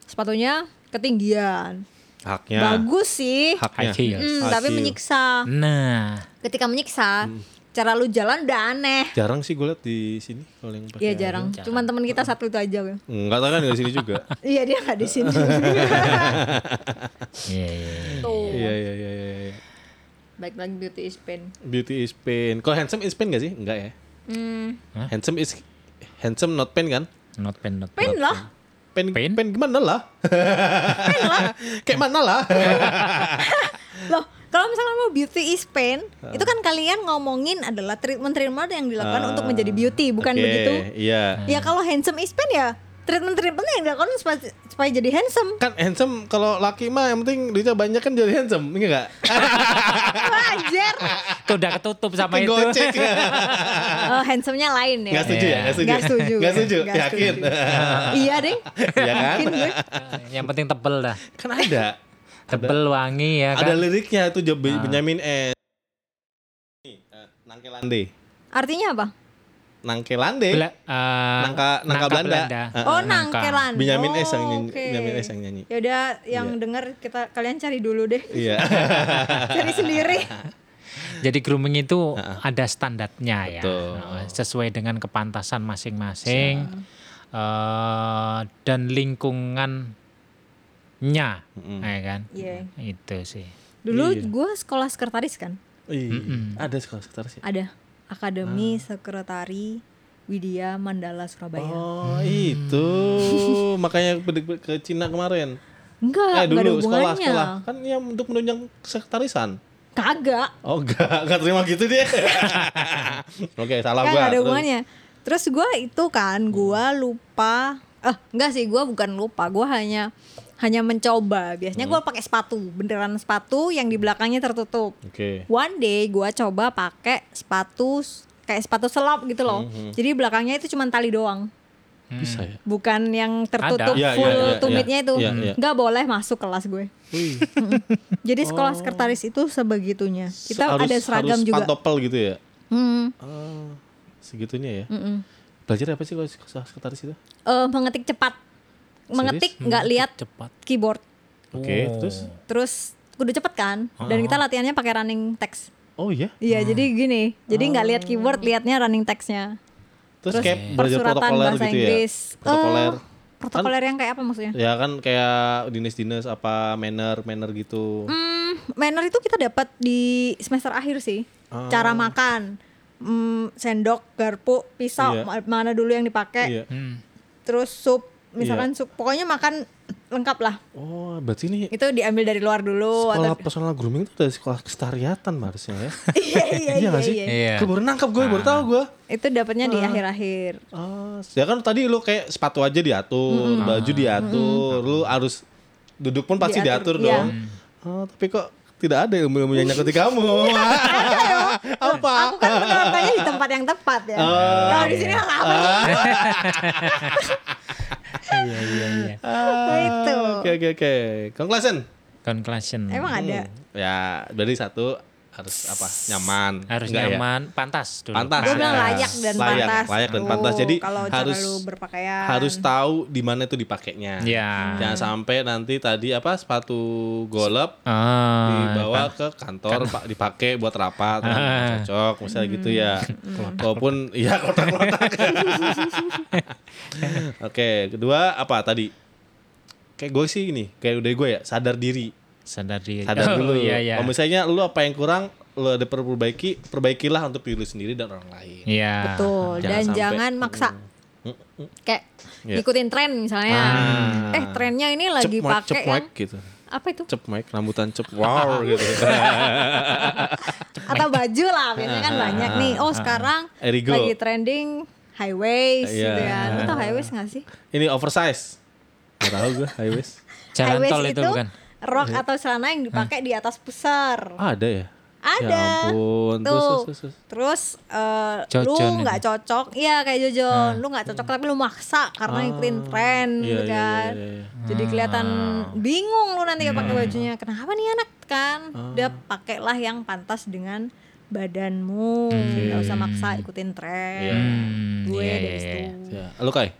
[SPEAKER 1] sepatunya ketinggian.
[SPEAKER 3] Haknya.
[SPEAKER 1] Bagus sih.
[SPEAKER 3] Haknya.
[SPEAKER 2] High heels.
[SPEAKER 1] Hmm,
[SPEAKER 3] High
[SPEAKER 1] tapi
[SPEAKER 3] heel.
[SPEAKER 1] menyiksa.
[SPEAKER 2] nah
[SPEAKER 1] Ketika menyiksa, cara lu jalan udah aneh.
[SPEAKER 3] Jarang sih gue liat di sini kalau yang pakai.
[SPEAKER 1] Iya jarang. Cuman teman kita satu itu aja. Wil.
[SPEAKER 3] Enggak tahu kan di sini juga.
[SPEAKER 1] Iya dia nggak di sini.
[SPEAKER 2] iya iya, iya.
[SPEAKER 1] Tuh.
[SPEAKER 3] Iya iya iya iya. iya.
[SPEAKER 1] Baik lagi beauty is pain.
[SPEAKER 3] Beauty is pain. Kalau handsome is pain gak sih? Enggak ya.
[SPEAKER 1] Hmm,
[SPEAKER 3] Handsome is handsome not pain kan?
[SPEAKER 2] not pen not
[SPEAKER 1] pain lah.
[SPEAKER 3] Pain
[SPEAKER 2] Pain?
[SPEAKER 3] pain, gimana lah? pain lah. Kayak mana lah?
[SPEAKER 1] Loh, Kalau misalnya mau beauty is pain, itu kan kalian ngomongin adalah treatment-treatment yang dilakukan untuk menjadi beauty, bukan
[SPEAKER 3] Ah, Oke,
[SPEAKER 1] begitu?
[SPEAKER 3] Iya.
[SPEAKER 1] Ya kalau handsome is pain ya treatment-treatment yang dilakukan supaya, supaya jadi handsome.
[SPEAKER 3] Kan handsome kalau laki mah yang penting duitnya banyak kan jadi handsome, enggak enggak?
[SPEAKER 1] Wajar.
[SPEAKER 2] Kok udah ketutup sama itu.
[SPEAKER 3] Gocek.
[SPEAKER 1] Eh, handsome-nya lain ya.
[SPEAKER 3] Enggak setuju ya, enggak setuju.
[SPEAKER 1] Iya. Nggak setuju.
[SPEAKER 3] Nggak setuju,
[SPEAKER 1] Nggak
[SPEAKER 3] yakin.
[SPEAKER 1] setuju. iya deh.
[SPEAKER 3] Iya kan?
[SPEAKER 1] Yakin gue.
[SPEAKER 2] Ah, Yang penting tebel dah.
[SPEAKER 3] Kan ada.
[SPEAKER 2] Tebel wangi ya
[SPEAKER 3] Ada
[SPEAKER 2] kan.
[SPEAKER 3] liriknya itu Job Benjamin S. Ini, eh, Nangkelande.
[SPEAKER 1] Artinya apa?
[SPEAKER 3] Nangkelande.
[SPEAKER 2] Bela- eh,
[SPEAKER 3] Nangka- nangka Belanda. Eh,
[SPEAKER 1] Oh, nangkelan.
[SPEAKER 3] Benjamin S yang
[SPEAKER 1] Oh,
[SPEAKER 3] nyanyi,
[SPEAKER 1] oke.
[SPEAKER 3] Benjamin S yang nyanyi.
[SPEAKER 1] Ya udah yang denger kita kalian cari dulu deh.
[SPEAKER 3] Iya.
[SPEAKER 1] Cari sendiri.
[SPEAKER 2] Jadi grooming itu ada standarnya
[SPEAKER 3] Betul.
[SPEAKER 2] ya, Nah, sesuai dengan kepantasan masing-masing eh, dan lingkungannya, ya kan?
[SPEAKER 1] Iya.
[SPEAKER 2] Itu sih.
[SPEAKER 1] Dulu
[SPEAKER 3] Iya.
[SPEAKER 1] gue sekolah sekretaris kan.
[SPEAKER 3] Ih, Ada sekolah sekretaris ya?
[SPEAKER 1] Ada Akademi
[SPEAKER 3] Ah.
[SPEAKER 1] Sekretari Widya Mandala Surabaya.
[SPEAKER 3] Oh, itu makanya ke- ke- ke Cina kemarin.
[SPEAKER 1] Enggak, enggak ada
[SPEAKER 3] eh dulu sekolah
[SPEAKER 1] hubungannya.
[SPEAKER 3] sekolah kan ya untuk menunjang sektarisan.
[SPEAKER 1] Kagak.
[SPEAKER 3] Oh enggak, enggak terima gitu dia. Oke, salah
[SPEAKER 1] Kan
[SPEAKER 3] gua. Hmm.
[SPEAKER 1] ada
[SPEAKER 3] Terus-
[SPEAKER 1] hubungannya. Terus gue itu kan gue lupa eh enggak sih gue bukan lupa gue hanya hanya mencoba biasanya
[SPEAKER 3] Hmm.
[SPEAKER 1] gue pakai sepatu beneran sepatu yang di belakangnya tertutup
[SPEAKER 3] Oke.
[SPEAKER 1] one day gue coba pakai sepatu s- kayak sepatu selop gitu loh
[SPEAKER 3] Hmm,
[SPEAKER 1] jadi belakangnya itu cuma tali doang
[SPEAKER 3] Bisa ya.
[SPEAKER 1] bukan yang tertutup
[SPEAKER 2] Ada.
[SPEAKER 3] Iya,
[SPEAKER 1] full
[SPEAKER 3] iya, iya,
[SPEAKER 1] tumitnya
[SPEAKER 3] iya.
[SPEAKER 1] itu
[SPEAKER 3] Iya, iya.
[SPEAKER 1] nggak boleh masuk kelas gue
[SPEAKER 3] Wih, Oh.
[SPEAKER 1] jadi sekolah sekretaris itu sebegitunya kita
[SPEAKER 3] harus-
[SPEAKER 1] ada seragam
[SPEAKER 3] harus
[SPEAKER 1] juga
[SPEAKER 3] Pantopel gitu ya.
[SPEAKER 1] Hmm.
[SPEAKER 3] Oh, segitunya ya.
[SPEAKER 1] Mm-mm.
[SPEAKER 3] Belajar apa sih kalau sekolah sekretaris itu?
[SPEAKER 1] Eh, mengetik cepat mengetik
[SPEAKER 3] Hmm.
[SPEAKER 1] nggak lihat
[SPEAKER 2] Cepat.
[SPEAKER 1] keyboard
[SPEAKER 3] Oke,
[SPEAKER 2] Oh.
[SPEAKER 3] terus
[SPEAKER 1] terus kudu cepet kan dan kita
[SPEAKER 3] Ah.
[SPEAKER 1] latihannya pakai running text
[SPEAKER 3] oh iya,
[SPEAKER 1] iya jadi gini jadi nggak
[SPEAKER 3] Oh.
[SPEAKER 1] lihat keyboard lihatnya running textnya
[SPEAKER 3] terus,
[SPEAKER 1] Terus
[SPEAKER 3] kayak belajar
[SPEAKER 1] persuratan
[SPEAKER 3] protokoler
[SPEAKER 1] bahasa
[SPEAKER 3] gitu
[SPEAKER 1] Inggris
[SPEAKER 3] ya. Protokoler.
[SPEAKER 1] Eh, protokoler yang kayak apa maksudnya
[SPEAKER 3] Ya kan kayak dinas-dinas apa manner-manner gitu.
[SPEAKER 1] Hmm, manner itu kita dapat di semester akhir sih.
[SPEAKER 3] Ah.
[SPEAKER 1] Cara makan, hmm, sendok, garpu, pisau,
[SPEAKER 3] Iya.
[SPEAKER 1] ma- mana dulu yang dipakai,
[SPEAKER 3] Iya.
[SPEAKER 1] terus sup, misalkan sup, pokoknya makan lengkap lah.
[SPEAKER 3] Oh, berarti ini
[SPEAKER 1] Itu diambil dari luar dulu.
[SPEAKER 3] sekolah
[SPEAKER 1] atau-
[SPEAKER 3] personal grooming itu dari sekolah kestariatan mah harusnya ya.
[SPEAKER 1] iya iya iya.
[SPEAKER 3] nggak sih?
[SPEAKER 1] iya.
[SPEAKER 2] Iya.
[SPEAKER 3] Gue baru nangkap gue, baru tahu gue.
[SPEAKER 1] Itu dapatnya di akhir-akhir.
[SPEAKER 3] Ah, ya kan tadi lu kayak sepatu aja diatur,
[SPEAKER 1] Ah,
[SPEAKER 3] baju diatur, lu harus duduk pun pasti
[SPEAKER 1] Diatur,
[SPEAKER 3] diatur,
[SPEAKER 1] iya.
[SPEAKER 3] dong. Ah, tapi kok tidak ada ilmu-ilmunya nyakuti kamu. Apa?
[SPEAKER 1] Aku kan menerapkannya di tempat yang tepat ya.
[SPEAKER 3] Ah.
[SPEAKER 1] Kalau di sini nggak apa
[SPEAKER 2] Iya iya iya.
[SPEAKER 3] Ah,
[SPEAKER 1] Itu.
[SPEAKER 3] Oke oke oke. Conclusion. Ah.
[SPEAKER 2] Conclusion.
[SPEAKER 1] Emang ada.
[SPEAKER 3] Ya, jadi satu harus apa? Nyaman.
[SPEAKER 2] harus
[SPEAKER 3] Enggak ya?
[SPEAKER 2] nyaman, pantas dulu.
[SPEAKER 3] Pantas.
[SPEAKER 1] Gue
[SPEAKER 3] Nah,
[SPEAKER 1] bilang layak dan
[SPEAKER 3] layak,
[SPEAKER 1] pantas.
[SPEAKER 3] layak dan
[SPEAKER 1] Tuh,
[SPEAKER 3] pantas. Jadi
[SPEAKER 1] kalau cara
[SPEAKER 3] harus-
[SPEAKER 1] lu berpakaian.
[SPEAKER 3] Harus tahu di mana itu dipakainya.
[SPEAKER 2] Ya.
[SPEAKER 3] Jangan sampai nanti tadi apa sepatu golep
[SPEAKER 2] Ah,
[SPEAKER 3] dibawa ke kantor
[SPEAKER 2] kan
[SPEAKER 3] pak dipakai buat rapat kan, cocok misalnya gitu ya
[SPEAKER 2] Hmm.
[SPEAKER 3] walaupun iya kotak-kotak oke kedua apa tadi kayak gue sih ini kayak udah gue ya sadar diri
[SPEAKER 2] sadar diri. Oh,
[SPEAKER 3] sadar dulu
[SPEAKER 2] Iya iya.
[SPEAKER 3] kalau misalnya lu apa yang kurang lu ada per- perbaiki perbaikilah untuk diri lu sendiri dan orang lain
[SPEAKER 2] Iya.
[SPEAKER 1] Betul.
[SPEAKER 3] Ah, Jangan
[SPEAKER 1] dan
[SPEAKER 3] sampai-
[SPEAKER 1] jangan maksa. Kayak
[SPEAKER 3] Iya. Ah.
[SPEAKER 1] ngikutin tren misalnya. Eh, trennya ini lagi
[SPEAKER 3] Cep mic,
[SPEAKER 1] pakai kan?
[SPEAKER 3] cep
[SPEAKER 1] yang
[SPEAKER 3] mic gitu
[SPEAKER 1] apa itu?
[SPEAKER 3] cep mic rambutan cep wow gitu
[SPEAKER 1] Atau baju lah, biasanya
[SPEAKER 3] Ah,
[SPEAKER 1] kan banyak nih. Oh, sekarang
[SPEAKER 3] Erigo.
[SPEAKER 1] lagi trending high waist
[SPEAKER 3] Iya.
[SPEAKER 1] gitu kan. Lu tau high waist gak sih?
[SPEAKER 3] ini oversize Gak tau gue high waist
[SPEAKER 1] high
[SPEAKER 2] Jalan
[SPEAKER 1] waist
[SPEAKER 2] tol itu, bukan.
[SPEAKER 1] rok atau celana yang dipakai di atas pusar.
[SPEAKER 3] ah, ada ya
[SPEAKER 1] Ada.
[SPEAKER 3] ya ampun
[SPEAKER 1] Tuh.
[SPEAKER 3] terus
[SPEAKER 1] Terus,
[SPEAKER 3] terus, terus, terus. gitu.
[SPEAKER 1] eh, lu
[SPEAKER 2] Jojon
[SPEAKER 1] nggak cocok, iya kayak Jojon, lu nggak cocok tapi lu maksa karena ngikutin tren
[SPEAKER 3] Nah. Ah.
[SPEAKER 1] gitu
[SPEAKER 3] Iya, iya,
[SPEAKER 1] kan.
[SPEAKER 3] iya, iya, Nah. iya.
[SPEAKER 1] Jadi kelihatan bingung lu nanti pakai bajunya. Kenapa nih anak kan?
[SPEAKER 3] Ah.
[SPEAKER 1] Udah pakailah yang pantas dengan badanmu. nggak usah maksa ikutin tren.
[SPEAKER 3] Hmm. Iya.
[SPEAKER 1] Gue
[SPEAKER 2] iya,
[SPEAKER 1] dari
[SPEAKER 2] iya,
[SPEAKER 1] situ.
[SPEAKER 3] Ya, lu kai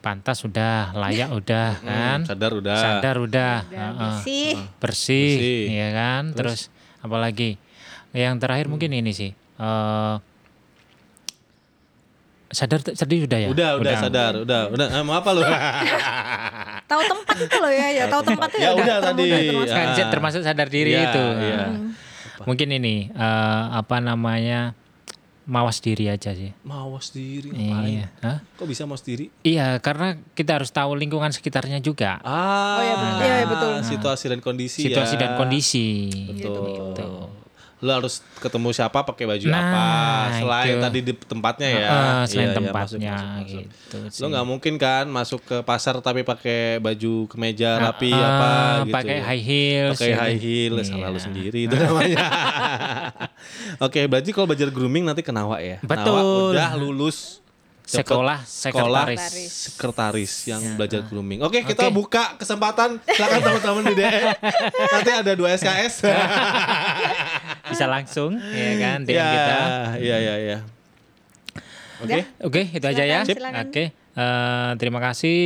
[SPEAKER 2] Pantas udah, layak udah kan.
[SPEAKER 3] Hmm, sadar udah.
[SPEAKER 2] Sadar udah.
[SPEAKER 1] Udah
[SPEAKER 2] Heeh.
[SPEAKER 3] Ah.
[SPEAKER 1] bersih.
[SPEAKER 2] bersih,
[SPEAKER 3] Bersih.
[SPEAKER 2] ya kan terus, apalagi yang terakhir
[SPEAKER 3] Hmm.
[SPEAKER 2] mungkin ini sih eh, sadar tadi udah ya
[SPEAKER 3] Udah, udah, sadar, udah, udah. Eh, mau apa lu?
[SPEAKER 1] Tahu tempat itu loh ya, ya tahu tempatnya
[SPEAKER 3] ya udah tadi.
[SPEAKER 1] termasuk.
[SPEAKER 2] Kan
[SPEAKER 3] Ah.
[SPEAKER 2] termasuk sadar diri
[SPEAKER 3] Iya,
[SPEAKER 2] itu
[SPEAKER 3] iya.
[SPEAKER 2] mungkin ini eh, apa namanya mawas diri aja sih.
[SPEAKER 3] Mawas diri
[SPEAKER 2] Iya.
[SPEAKER 3] ngapain?
[SPEAKER 2] Hah?
[SPEAKER 3] Kok bisa mawas diri?
[SPEAKER 2] Iya, karena kita harus tahu lingkungan sekitarnya juga.
[SPEAKER 1] Oh,
[SPEAKER 3] Ah,
[SPEAKER 1] iya, betul. Iya, iya, betul.
[SPEAKER 3] Situasi dan kondisi ya.
[SPEAKER 2] situasi dan kondisi.
[SPEAKER 3] Betul.
[SPEAKER 2] Gitu.
[SPEAKER 3] Lo harus ketemu siapa, pakai baju
[SPEAKER 2] Nah,
[SPEAKER 3] apa, selain
[SPEAKER 2] itu.
[SPEAKER 3] tadi di tempatnya ya.
[SPEAKER 2] Eh, selain
[SPEAKER 3] Iya, iya,
[SPEAKER 2] tempatnya
[SPEAKER 3] masuk, masuk, masuk.
[SPEAKER 2] gitu.
[SPEAKER 3] Lo
[SPEAKER 2] sih.
[SPEAKER 3] nggak mungkin kan masuk ke pasar tapi pakai baju kemeja rapi
[SPEAKER 2] Ah,
[SPEAKER 3] apa gitu.
[SPEAKER 2] Pakai high heels.
[SPEAKER 3] Pakai
[SPEAKER 2] gitu.
[SPEAKER 3] high heel,
[SPEAKER 2] Iya.
[SPEAKER 3] salah lu sendiri itu namanya. Oke, berarti kalau belajar grooming nanti ke Nawa ya. Nawa
[SPEAKER 2] Betul.
[SPEAKER 3] udah lulus dapet
[SPEAKER 2] Sekolah sekretaris. Iya.
[SPEAKER 1] Sekretaris.
[SPEAKER 3] sekretaris yang belajar grooming. Oke, kita
[SPEAKER 2] Oke.
[SPEAKER 3] buka kesempatan. Silakan teman-teman di DM. Nanti ada dua SKS.
[SPEAKER 2] Ya, Bisa langsung ya kan DM
[SPEAKER 3] ya,
[SPEAKER 2] kita. Hmm.
[SPEAKER 3] ya, ya, ya. Oke.
[SPEAKER 1] Udah.
[SPEAKER 2] Oke, itu aja ya.
[SPEAKER 1] Silakan,
[SPEAKER 2] Sip.
[SPEAKER 1] silakan.
[SPEAKER 2] Oke. eh, terima kasih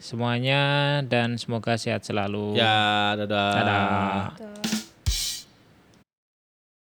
[SPEAKER 2] semuanya dan semoga sehat selalu.
[SPEAKER 3] Ya, dadah.
[SPEAKER 2] Dadah.
[SPEAKER 1] Tuh.